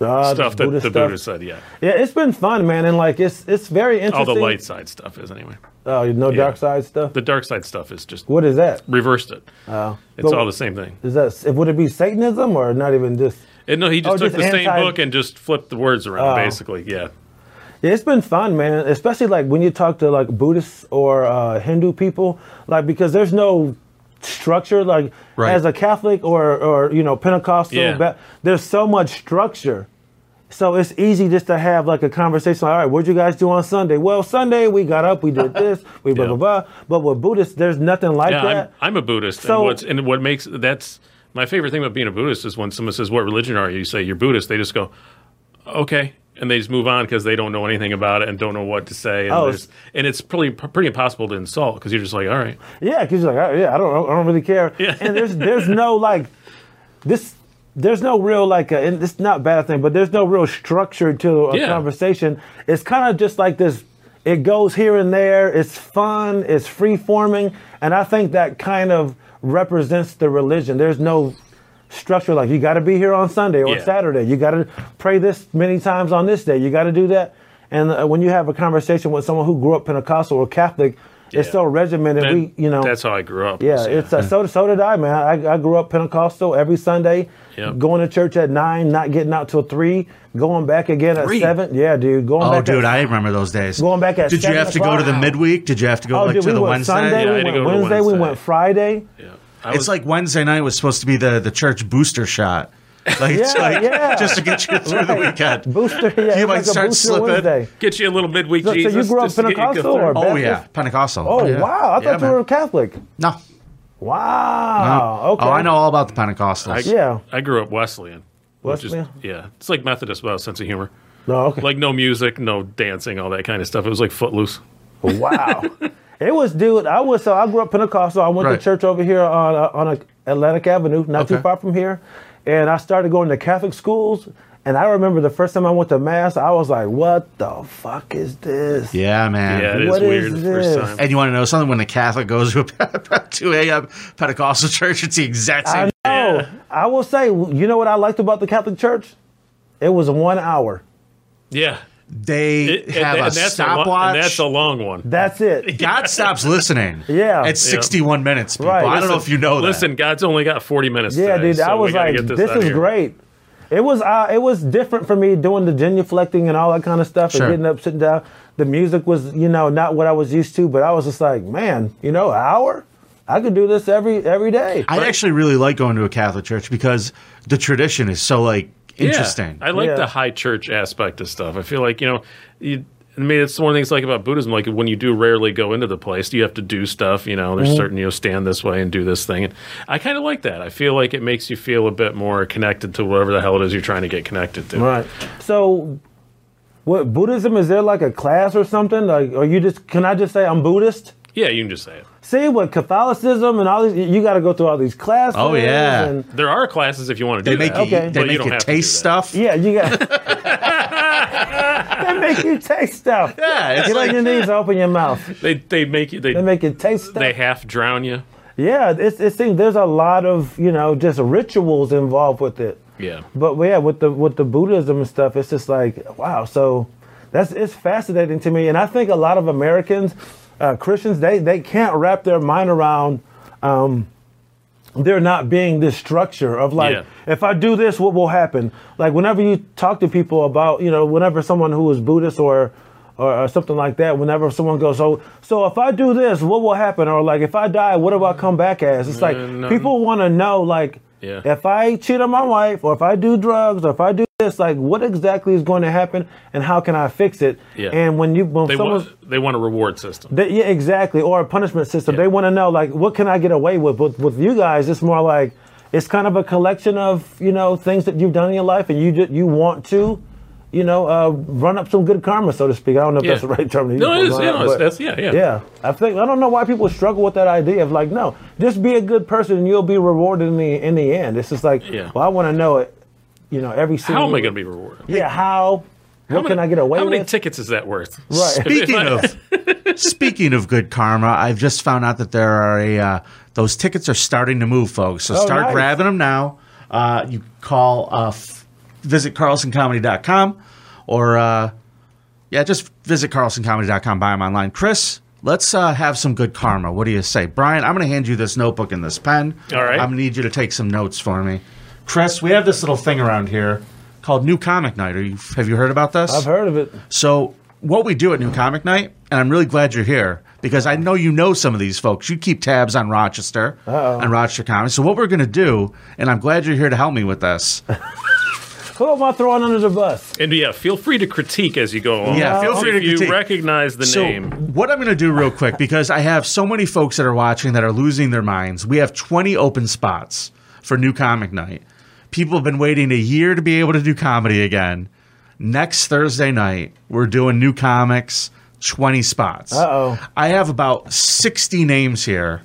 Speaker 5: Ah,
Speaker 3: stuff that
Speaker 5: Buddhist
Speaker 3: the
Speaker 5: stuff.
Speaker 3: Buddha said. Yeah,
Speaker 5: Yeah, it's been fun, man, and like it's it's very interesting.
Speaker 3: all the light side stuff is anyway.
Speaker 5: Oh, no dark side stuff.
Speaker 3: The dark side stuff is just
Speaker 5: What is that?
Speaker 3: reversed it. it's
Speaker 5: But-
Speaker 3: all the same thing.
Speaker 5: Is that would it be Satanism or not even just?
Speaker 3: And no, he just
Speaker 5: Oh,
Speaker 3: took
Speaker 5: just
Speaker 3: the
Speaker 5: anti- Oh.
Speaker 3: same book and just flipped the words around, basically. Yeah.
Speaker 5: Yeah, it's been fun, man. Especially like when you talk to like Buddhists or uh, Hindu people, like because there's no structure. Like
Speaker 2: Right.
Speaker 5: as a Catholic or or you know Pentecostal,
Speaker 3: Yeah.
Speaker 5: ba- there's so much structure. So it's easy just to have like a conversation. All right, what'd you guys do on Sunday? Well, Sunday we got up, we did this, we blah
Speaker 3: Yeah.
Speaker 5: blah blah. But with Buddhists, there's nothing like
Speaker 3: Yeah,
Speaker 5: that.
Speaker 3: I'm, I'm a Buddhist.
Speaker 5: So-
Speaker 3: and, what's, and what makes that's my favorite thing about being a Buddhist is when someone says, What religion are you? You say, You're Buddhist. They just go, Okay. And they just move on because they don't know anything about it and don't know what to say. And,
Speaker 5: Oh,
Speaker 3: there's- and it's pretty, pretty impossible to insult because you're just like, All right.
Speaker 5: Yeah, because you're like, oh, yeah, I don't, I don't really care. And there's there's no like, this there's no real like, a, and it's not a bad thing, but there's no real structure to a
Speaker 3: Yeah.
Speaker 5: conversation. It's kind of just like this. It goes here and there. It's fun. It's free forming, and I think that kind of represents the religion. There's no structure like you got to be here on Sunday or
Speaker 3: Yeah.
Speaker 5: Saturday. You got to pray this many times on this day. You got to do that. And uh, when you have a conversation with someone who grew up Pentecostal or Catholic, It's so regimented.
Speaker 3: That-
Speaker 5: we, you know,
Speaker 3: that's how I grew up.
Speaker 5: yeah,
Speaker 3: so-
Speaker 5: it's uh, so. So did I, man. I, I grew up Pentecostal every Sunday,
Speaker 3: Yep.
Speaker 5: going to church at nine, not getting out till three, going back again at
Speaker 2: Three?
Speaker 5: seven. Yeah, dude, going
Speaker 2: Oh,
Speaker 5: back.
Speaker 2: dude,
Speaker 5: at,
Speaker 2: I remember those days.
Speaker 5: Going back at
Speaker 2: Did you
Speaker 5: seven
Speaker 2: have to go to the
Speaker 5: o'clock.
Speaker 2: midweek? Did you have to go
Speaker 5: oh,
Speaker 2: like
Speaker 5: dude,
Speaker 2: to
Speaker 5: we
Speaker 2: the
Speaker 5: went
Speaker 2: Wednesday?
Speaker 5: Sunday,
Speaker 3: Yeah, I had
Speaker 5: we
Speaker 3: to
Speaker 5: went
Speaker 3: go to
Speaker 5: Wednesday, we
Speaker 3: Wednesday.
Speaker 5: went Friday.
Speaker 3: yeah. I
Speaker 2: It's
Speaker 3: was-
Speaker 2: like Wednesday night was supposed to be the the church booster shot. Like it's
Speaker 5: Yeah,
Speaker 2: like
Speaker 5: yeah.
Speaker 2: just to get you through the weekend.
Speaker 5: Booster, yeah,
Speaker 2: might
Speaker 5: it was like a
Speaker 2: start
Speaker 5: booster
Speaker 2: slipping.
Speaker 5: Wednesday.
Speaker 3: get you a little midweek
Speaker 5: So- so you
Speaker 3: Jesus.
Speaker 5: grew up
Speaker 3: just to get you
Speaker 5: Pentecostal
Speaker 3: through.
Speaker 5: or
Speaker 2: Oh
Speaker 5: Baptist?
Speaker 2: yeah, Pentecostal.
Speaker 5: Oh
Speaker 2: yeah.
Speaker 5: wow, I
Speaker 2: Yeah,
Speaker 5: thought you
Speaker 2: man.
Speaker 5: were Catholic.
Speaker 2: No.
Speaker 5: Wow. Okay.
Speaker 2: Oh, I know all about the Pentecostals.
Speaker 3: I,
Speaker 5: Yeah.
Speaker 3: I grew up Wesleyan. which is-
Speaker 5: Wesleyan?
Speaker 3: yeah. It's like Methodist without a sense of humor.
Speaker 5: No, okay.
Speaker 3: Like no music, no dancing, all that kind of stuff. It was like footloose.
Speaker 5: Wow. it was, dude. I was so I grew up Pentecostal. I went
Speaker 2: Right.
Speaker 5: to church over here on uh, on uh, Atlantic Avenue, not too
Speaker 2: Okay.
Speaker 5: far from here, and I started going to Catholic schools. And I remember the first time I went to mass, I was like, "What the fuck is this?"
Speaker 2: yeah, man.
Speaker 3: Yeah, it is
Speaker 5: What is
Speaker 3: weird the first
Speaker 5: this?
Speaker 3: time.
Speaker 2: And you want to know something? When a Catholic goes to a 2 a.m. Pentecostal church, it's the exact same.
Speaker 5: I know. I will say, you know what I liked about the Catholic Church? It was one hour.
Speaker 3: Yeah.
Speaker 2: They
Speaker 3: It-
Speaker 2: have
Speaker 3: and,
Speaker 2: a
Speaker 3: and that's lo-
Speaker 2: stopwatch.
Speaker 3: and that's a long one.
Speaker 5: That's it.
Speaker 2: God stops listening.
Speaker 5: Yeah.
Speaker 2: At 61 minutes, people.
Speaker 5: Right.
Speaker 2: I don't know if you know that.
Speaker 3: Listen, God's only got 40 minutes.
Speaker 5: oh, Yeah,
Speaker 3: today,
Speaker 5: dude.
Speaker 3: so
Speaker 5: I
Speaker 3: we
Speaker 5: was
Speaker 3: gotta
Speaker 5: like,
Speaker 3: get
Speaker 5: this,
Speaker 3: out of
Speaker 5: is
Speaker 3: here.
Speaker 5: great. It was uh, it was different for me doing the genuflecting and all that kind of stuff
Speaker 2: Sure.
Speaker 5: and getting up, sitting down. The music was, you know, not what I was used to, but I was just like, man, you know, an hour, I could do this every every day.
Speaker 2: I actually really like going to a Catholic church because the tradition is so like
Speaker 3: Yeah.
Speaker 2: interesting.
Speaker 3: I like
Speaker 5: Yeah.
Speaker 3: the high church aspect of stuff. I feel like, you know, you, I mean, it's one of the things like about Buddhism. Like when you do rarely go into the place, you have to do stuff. You know,
Speaker 5: Mm-hmm.
Speaker 3: there's certain you know stand this way and do this thing. And I kind of like that. I feel like it makes you feel a bit more connected to whatever the hell it is you're trying to get connected to.
Speaker 5: right. So, what Buddhism is there like a class or something? Like, are you just? Can I just say I'm Buddhist?
Speaker 3: Yeah, you can just say it.
Speaker 5: See what Catholicism and all these, you got to go through all these classes.
Speaker 2: Oh, yeah.
Speaker 5: and-
Speaker 3: There are classes if you want to
Speaker 2: they
Speaker 3: do
Speaker 2: make
Speaker 3: that.
Speaker 2: you,
Speaker 5: Okay.
Speaker 2: they
Speaker 3: But you
Speaker 2: make
Speaker 3: don't
Speaker 2: you,
Speaker 3: have to do
Speaker 2: taste
Speaker 3: that.
Speaker 2: stuff.
Speaker 5: yeah, you got. they make you taste stuff.
Speaker 2: Yeah, it's
Speaker 5: Get
Speaker 2: like
Speaker 5: on your knees, and open your mouth.
Speaker 3: They they make you they
Speaker 5: They
Speaker 3: they,
Speaker 5: make it taste stuff.
Speaker 3: half drown you.
Speaker 5: yeah, it's it seems there's a lot of you know just rituals involved with it.
Speaker 3: Yeah.
Speaker 5: But yeah, with the with the Buddhism and stuff, it's just like wow. So that's it's fascinating to me, and I think a lot of Americans, uh, Christians, they they can't wrap their mind around. Um, there not being this structure of like
Speaker 3: Yeah.
Speaker 5: if I do this, what will happen? Like whenever you talk to people about, you know, whenever someone who is Buddhist or or, or something like that, whenever someone goes, so so if I do this, what will happen? Or like if I die, what do I come back as? It's like
Speaker 3: no.
Speaker 5: people want to know, like
Speaker 3: Yeah.
Speaker 5: if I cheat on my wife, or if I do drugs, or if I do this, like what exactly is going to happen, and how can I fix it?
Speaker 3: Yeah.
Speaker 5: And when you when
Speaker 3: They
Speaker 5: someone's
Speaker 3: want they want a reward system.
Speaker 5: they, yeah, exactly. Or a punishment system. They want to know, like, what can I get away with? But with you guys, it's more like it's kind of a collection of you know things that you've done in your life, and you ju- you want to, you know, uh, run up some good karma, so to speak. I don't know if that's the
Speaker 3: Yeah.
Speaker 5: right term. To use
Speaker 3: No, it
Speaker 5: for
Speaker 3: is.
Speaker 5: run
Speaker 3: Yeah,
Speaker 5: up,
Speaker 3: no, it's-
Speaker 5: but-
Speaker 3: that's yeah, yeah.
Speaker 5: yeah, I think I don't know why people struggle with that idea of like, no, just be a good person and you'll be rewarded in the in the end. It's just like,
Speaker 3: Yeah.
Speaker 5: well, I want to know it, you know, every single.
Speaker 3: How am I going to be rewarded?
Speaker 5: Yeah, how?
Speaker 3: How
Speaker 5: what can
Speaker 3: many-
Speaker 5: I get away
Speaker 3: How many
Speaker 5: with?
Speaker 3: tickets is that worth?
Speaker 5: Right.
Speaker 2: speaking of speaking of good karma, I've just found out that there are a uh, those tickets are starting to move, folks. So start
Speaker 5: nice.
Speaker 2: grabbing them now. Uh, you call uh, f- visit carlsoncomedy.com or uh, yeah, just visit carlsoncomedy.com, buy them online. Chris, let's uh, have some good karma. What do you say? Brian, I'm going to hand you this notebook and this pen.
Speaker 3: All right.
Speaker 2: I'm going to need you to take some notes for me. Chris, we have this little thing around here called New Comic Night. Are you, have you heard about this?
Speaker 5: I've heard of it.
Speaker 2: So, what we do at New Comic Night, and I'm really glad you're here because I know you know some of these folks. You keep tabs on Rochester and Rochester Comics. So, what we're going to do, and I'm glad you're here to help me with this.
Speaker 5: Who am I throwing under the bus?
Speaker 3: And yeah, feel free to critique as you go along.
Speaker 2: Yeah, feel
Speaker 3: If
Speaker 2: free to
Speaker 3: you
Speaker 2: critique.
Speaker 3: recognize the
Speaker 2: So,
Speaker 3: name.
Speaker 2: what I'm going to do real quick because I have so many folks that are watching that are losing their minds. We have 20 open spots for New Comic Night. People have been waiting a year to be able to do comedy again. Next Thursday night, we're doing new comics, 20 spots.
Speaker 5: Uh-oh.
Speaker 2: I have about 60 names here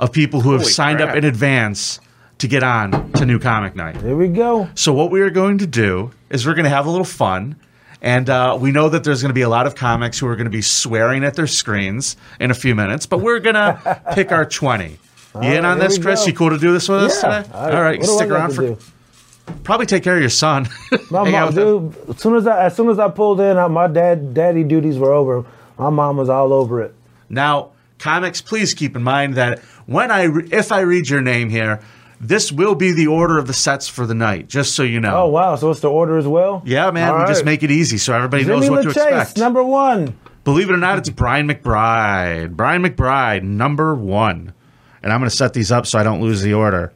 Speaker 2: of people who have
Speaker 3: Holy
Speaker 2: signed up
Speaker 3: crap.
Speaker 2: in advance to get on to New Comic Night.
Speaker 5: Here we go.
Speaker 2: So what we are going to do is we're going to have a little fun, and uh, we know that there's going to be a lot of comics who are going to be swearing at their screens in a few minutes, but we're going to pick our twenty. You in on
Speaker 5: here
Speaker 2: this,
Speaker 5: we
Speaker 2: Chris?
Speaker 5: go.
Speaker 2: You cool to do this with us
Speaker 5: Yeah.
Speaker 2: today? All right,
Speaker 5: what do I
Speaker 2: stick
Speaker 5: got
Speaker 2: around
Speaker 5: to
Speaker 2: for
Speaker 5: do?
Speaker 2: probably take care of your son.
Speaker 5: My
Speaker 2: Hang out
Speaker 5: mom,
Speaker 2: with him.
Speaker 5: dude, as soon as I as soon as I pulled in, I, my dad daddy duties were over. My mom was all over it.
Speaker 2: Now, comics, please keep in mind that when I re- if I read your name here, this will be the order of the sets for the night. Just so you know.
Speaker 5: Oh wow! So it's the order as well.
Speaker 2: Yeah, man.
Speaker 5: All
Speaker 2: we just
Speaker 5: right.
Speaker 2: make it easy so everybody
Speaker 5: Jimmy
Speaker 2: knows what to
Speaker 5: LaChase,
Speaker 2: expect.
Speaker 5: number one.
Speaker 2: Believe it or not, it's Brian McBride. Brian McBride, number one. And I'm going to set these up so I don't lose the order.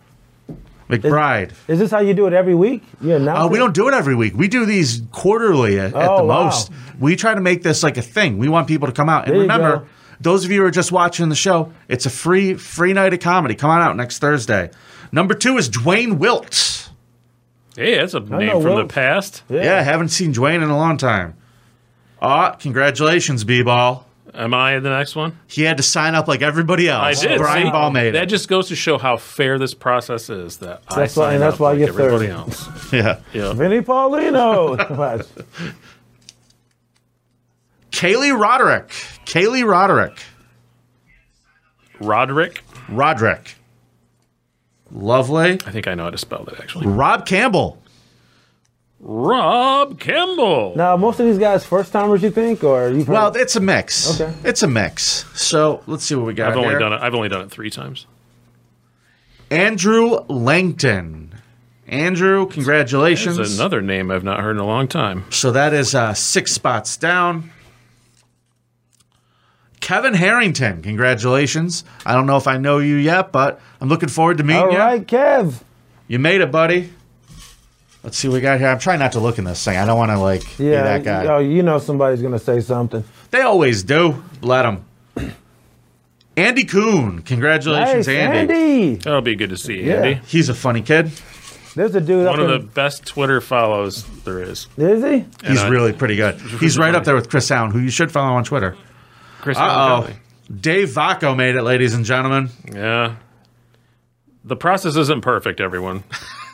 Speaker 2: McBride.
Speaker 5: Is this how you do it every week? Yeah, now
Speaker 2: Uh, we don't do it every week. We do these quarterly at, at
Speaker 5: Oh,
Speaker 2: the
Speaker 5: wow.
Speaker 2: most. We try to make this like a thing. We want people to come out. And
Speaker 5: There you
Speaker 2: remember,
Speaker 5: go.
Speaker 2: those of you who are just watching the show, it's a free free night of comedy. Come on out next Thursday. Number two is Dwayne Wilt.
Speaker 3: Hey, that's a name from
Speaker 5: Will.
Speaker 3: the past.
Speaker 2: Yeah, haven't seen Dwayne in a long time. Ah, congratulations, B-Ball.
Speaker 3: Am I the next one?
Speaker 2: He had to sign up like everybody
Speaker 3: I
Speaker 2: else.
Speaker 3: did.
Speaker 2: Brian
Speaker 3: see?
Speaker 2: Ball made
Speaker 3: that
Speaker 2: it.
Speaker 3: just goes to show how fair this process is. That I
Speaker 5: That's why-
Speaker 3: signed
Speaker 5: and that's
Speaker 3: up
Speaker 5: why
Speaker 3: like
Speaker 5: you're
Speaker 3: everybody
Speaker 5: third.
Speaker 3: else.
Speaker 2: yeah.
Speaker 5: Vinny Paulino. Watch.
Speaker 2: Kaylee Roderick. Kaylee Roderick.
Speaker 3: Roderick.
Speaker 2: Roderick. Lovely.
Speaker 3: I think I know how to spell that actually.
Speaker 2: Rob Campbell.
Speaker 3: Rob Kimball.
Speaker 5: now, most of these guys first timers, you think, or you?
Speaker 2: Well, it's a mix.
Speaker 5: Okay.
Speaker 2: It's a mix. So let's see what we got.
Speaker 3: I've only
Speaker 2: here.
Speaker 3: done it. I've only done it three times.
Speaker 2: Andrew Langton. Andrew, congratulations.
Speaker 3: It's another name I've not heard in a long time.
Speaker 2: so that is uh, six spots down. Kevin Harrington, congratulations. I don't know if I know you yet, but I'm looking forward to meeting
Speaker 5: all
Speaker 2: you.
Speaker 5: right, Kev.
Speaker 2: You made it, buddy. Let's see what we got here. I'm trying not to look in this thing. I don't want to like be
Speaker 5: Yeah,
Speaker 2: that guy.
Speaker 5: Oh, you know somebody's gonna say something.
Speaker 2: They always do. Let them. Andy Coon, congratulations,
Speaker 5: Nice,
Speaker 2: Andy.
Speaker 5: Andy.
Speaker 3: That'll be good to see,
Speaker 5: Yeah.
Speaker 3: Andy.
Speaker 2: He's a funny kid.
Speaker 5: There's a dude
Speaker 3: One
Speaker 5: up
Speaker 3: of the
Speaker 5: in.
Speaker 3: best Twitter follows there is.
Speaker 5: is he?
Speaker 2: He's
Speaker 3: I-
Speaker 2: really pretty good. He's right up there with Chris Sound, who you should follow on Twitter.
Speaker 3: Chris
Speaker 2: Uh oh.
Speaker 3: Allen
Speaker 2: Dave Vacco made it, ladies and gentlemen.
Speaker 3: Kelly. Yeah. The process isn't perfect, everyone.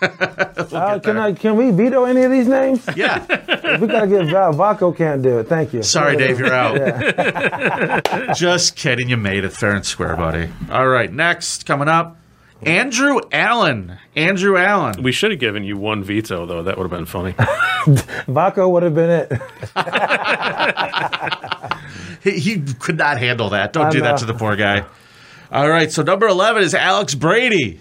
Speaker 5: Uh, can I? Can we veto any of these names?
Speaker 2: Yeah.
Speaker 5: If we gotta get Val Vaco can't do it. Thank you.
Speaker 2: Sorry, Dave, you're out. Just kidding. You made it fair and square, buddy. All right. Next, coming up, Andrew Allen. Andrew Allen.
Speaker 3: We should have given you one veto, though. That would have been funny.
Speaker 5: Vaco would have been it.
Speaker 2: Oh, He, he could not handle that. Don't
Speaker 5: I
Speaker 2: do that
Speaker 5: know.
Speaker 2: to the poor guy. All right. So, number 11 is Alex Brady.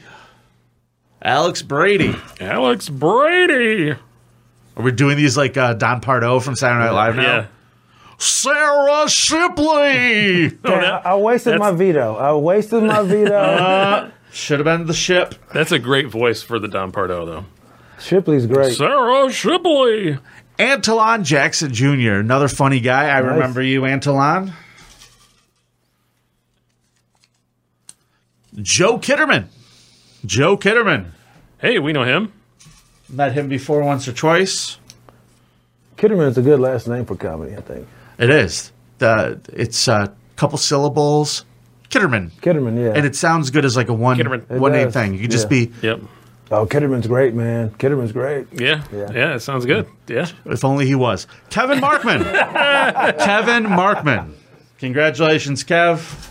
Speaker 2: Alex Brady.
Speaker 3: Alex Brady.
Speaker 2: Are we doing these like uh, Don Pardo from Saturday Night Live now?
Speaker 3: Yeah.
Speaker 2: Sarah Shipley.
Speaker 5: I, I wasted my
Speaker 3: That's-
Speaker 5: veto. I wasted my
Speaker 2: Uh,
Speaker 5: veto.
Speaker 2: Should have been the ship.
Speaker 3: That's a great voice for the Don Pardo, though.
Speaker 5: Shipley's great.
Speaker 3: Sarah Shipley.
Speaker 2: Antelon Jackson Jr., another funny guy. I remember you, Antelon. Joe Kitterman. Joe Kitterman.
Speaker 3: Hey, we know him.
Speaker 2: Met him before once or twice.
Speaker 5: Kitterman's a good last name for comedy, I think.
Speaker 2: It is. The it's a couple syllables. Kitterman.
Speaker 5: Kitterman, yeah.
Speaker 2: And it sounds good as like a one
Speaker 3: Kitterman. It
Speaker 2: one name
Speaker 5: does.
Speaker 2: thing. You could just
Speaker 5: Yeah.
Speaker 2: be
Speaker 3: Yep.
Speaker 5: oh, Kitterman's great, man. Kitterman's great.
Speaker 3: Yeah.
Speaker 5: Yeah.
Speaker 3: Yeah. it sounds good. Yeah.
Speaker 2: If only he was. Kevin Markman. Kevin Markman. Congratulations, Kev.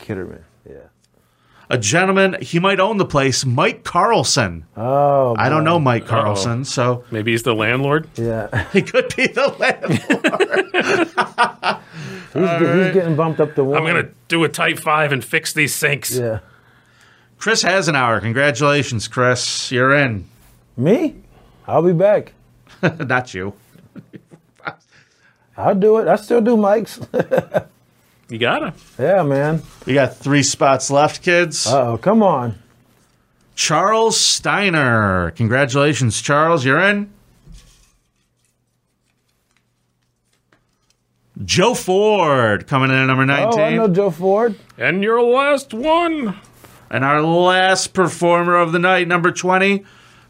Speaker 5: Kitterman, yeah.
Speaker 2: A gentleman, he might own the place, Mike Carlson.
Speaker 5: Oh,
Speaker 2: I don't know Mike Carlson, so
Speaker 3: Maybe he's the landlord.
Speaker 5: yeah.
Speaker 2: he could be the landlord.
Speaker 5: He's, get- he's getting bumped up to one.
Speaker 3: I'm going to do a type five and fix these sinks.
Speaker 5: Yeah.
Speaker 2: Chris Hasenauer. Congratulations, Chris. You're in.
Speaker 5: Me? I'll be back.
Speaker 2: Not you.
Speaker 5: I'll do it. I still do mics.
Speaker 3: You got to.
Speaker 5: yeah, man.
Speaker 2: We got three spots left, kids.
Speaker 5: Oh, come on.
Speaker 2: Charles Steiner. Congratulations, Charles. You're in. Joe Ford coming in at number
Speaker 5: Oh,
Speaker 2: 19.
Speaker 5: I know Joe Ford.
Speaker 3: And your last one.
Speaker 2: And our last performer of the night, number 20,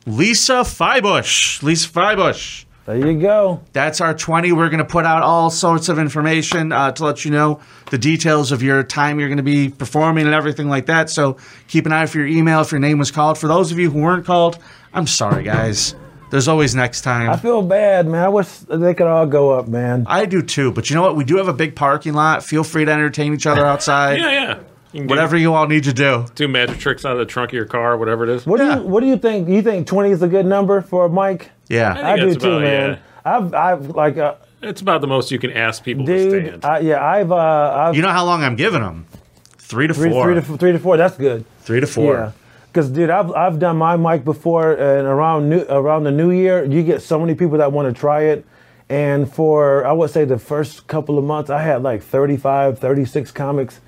Speaker 2: Lisa Feibush. Lisa Feibush.
Speaker 5: There you go.
Speaker 2: That's our 20. We're going to put out all sorts of information uh, to let you know the details of your time you're going to be performing and everything like that. So keep an eye for your email if your name was called. For those of you who weren't called, I'm sorry, guys. There's always next
Speaker 5: I
Speaker 2: time.
Speaker 5: feel bad, man. I wish they could all go up, man.
Speaker 2: I do too, but you know what? We do have a big parking lot. Feel free to entertain each other outside.
Speaker 3: Yeah, yeah. You can do-
Speaker 2: Whatever you all need to do.
Speaker 3: do magic tricks out of the trunk of your car, whatever it is.
Speaker 5: What
Speaker 2: Yeah.
Speaker 5: do you What do you think? You think twenty is a good number for a mic?
Speaker 2: Yeah.
Speaker 5: I do
Speaker 3: that's
Speaker 5: too,
Speaker 3: about-
Speaker 5: man.
Speaker 3: yeah.
Speaker 5: I've I've like uh,
Speaker 3: It's about the most you can ask people to
Speaker 5: Dude,
Speaker 3: stand.
Speaker 5: I, yeah, I've, uh, I've
Speaker 2: You know how long I'm giving them? Three to
Speaker 5: three,
Speaker 2: four.
Speaker 5: three to f- three to four. That's good.
Speaker 2: Three to four.
Speaker 5: Yeah, because dude, I've I've done my mic before, uh, and around new around the new year, you get so many people that want to try it. And for I would say the first couple of months, I had like 35, 36 comics.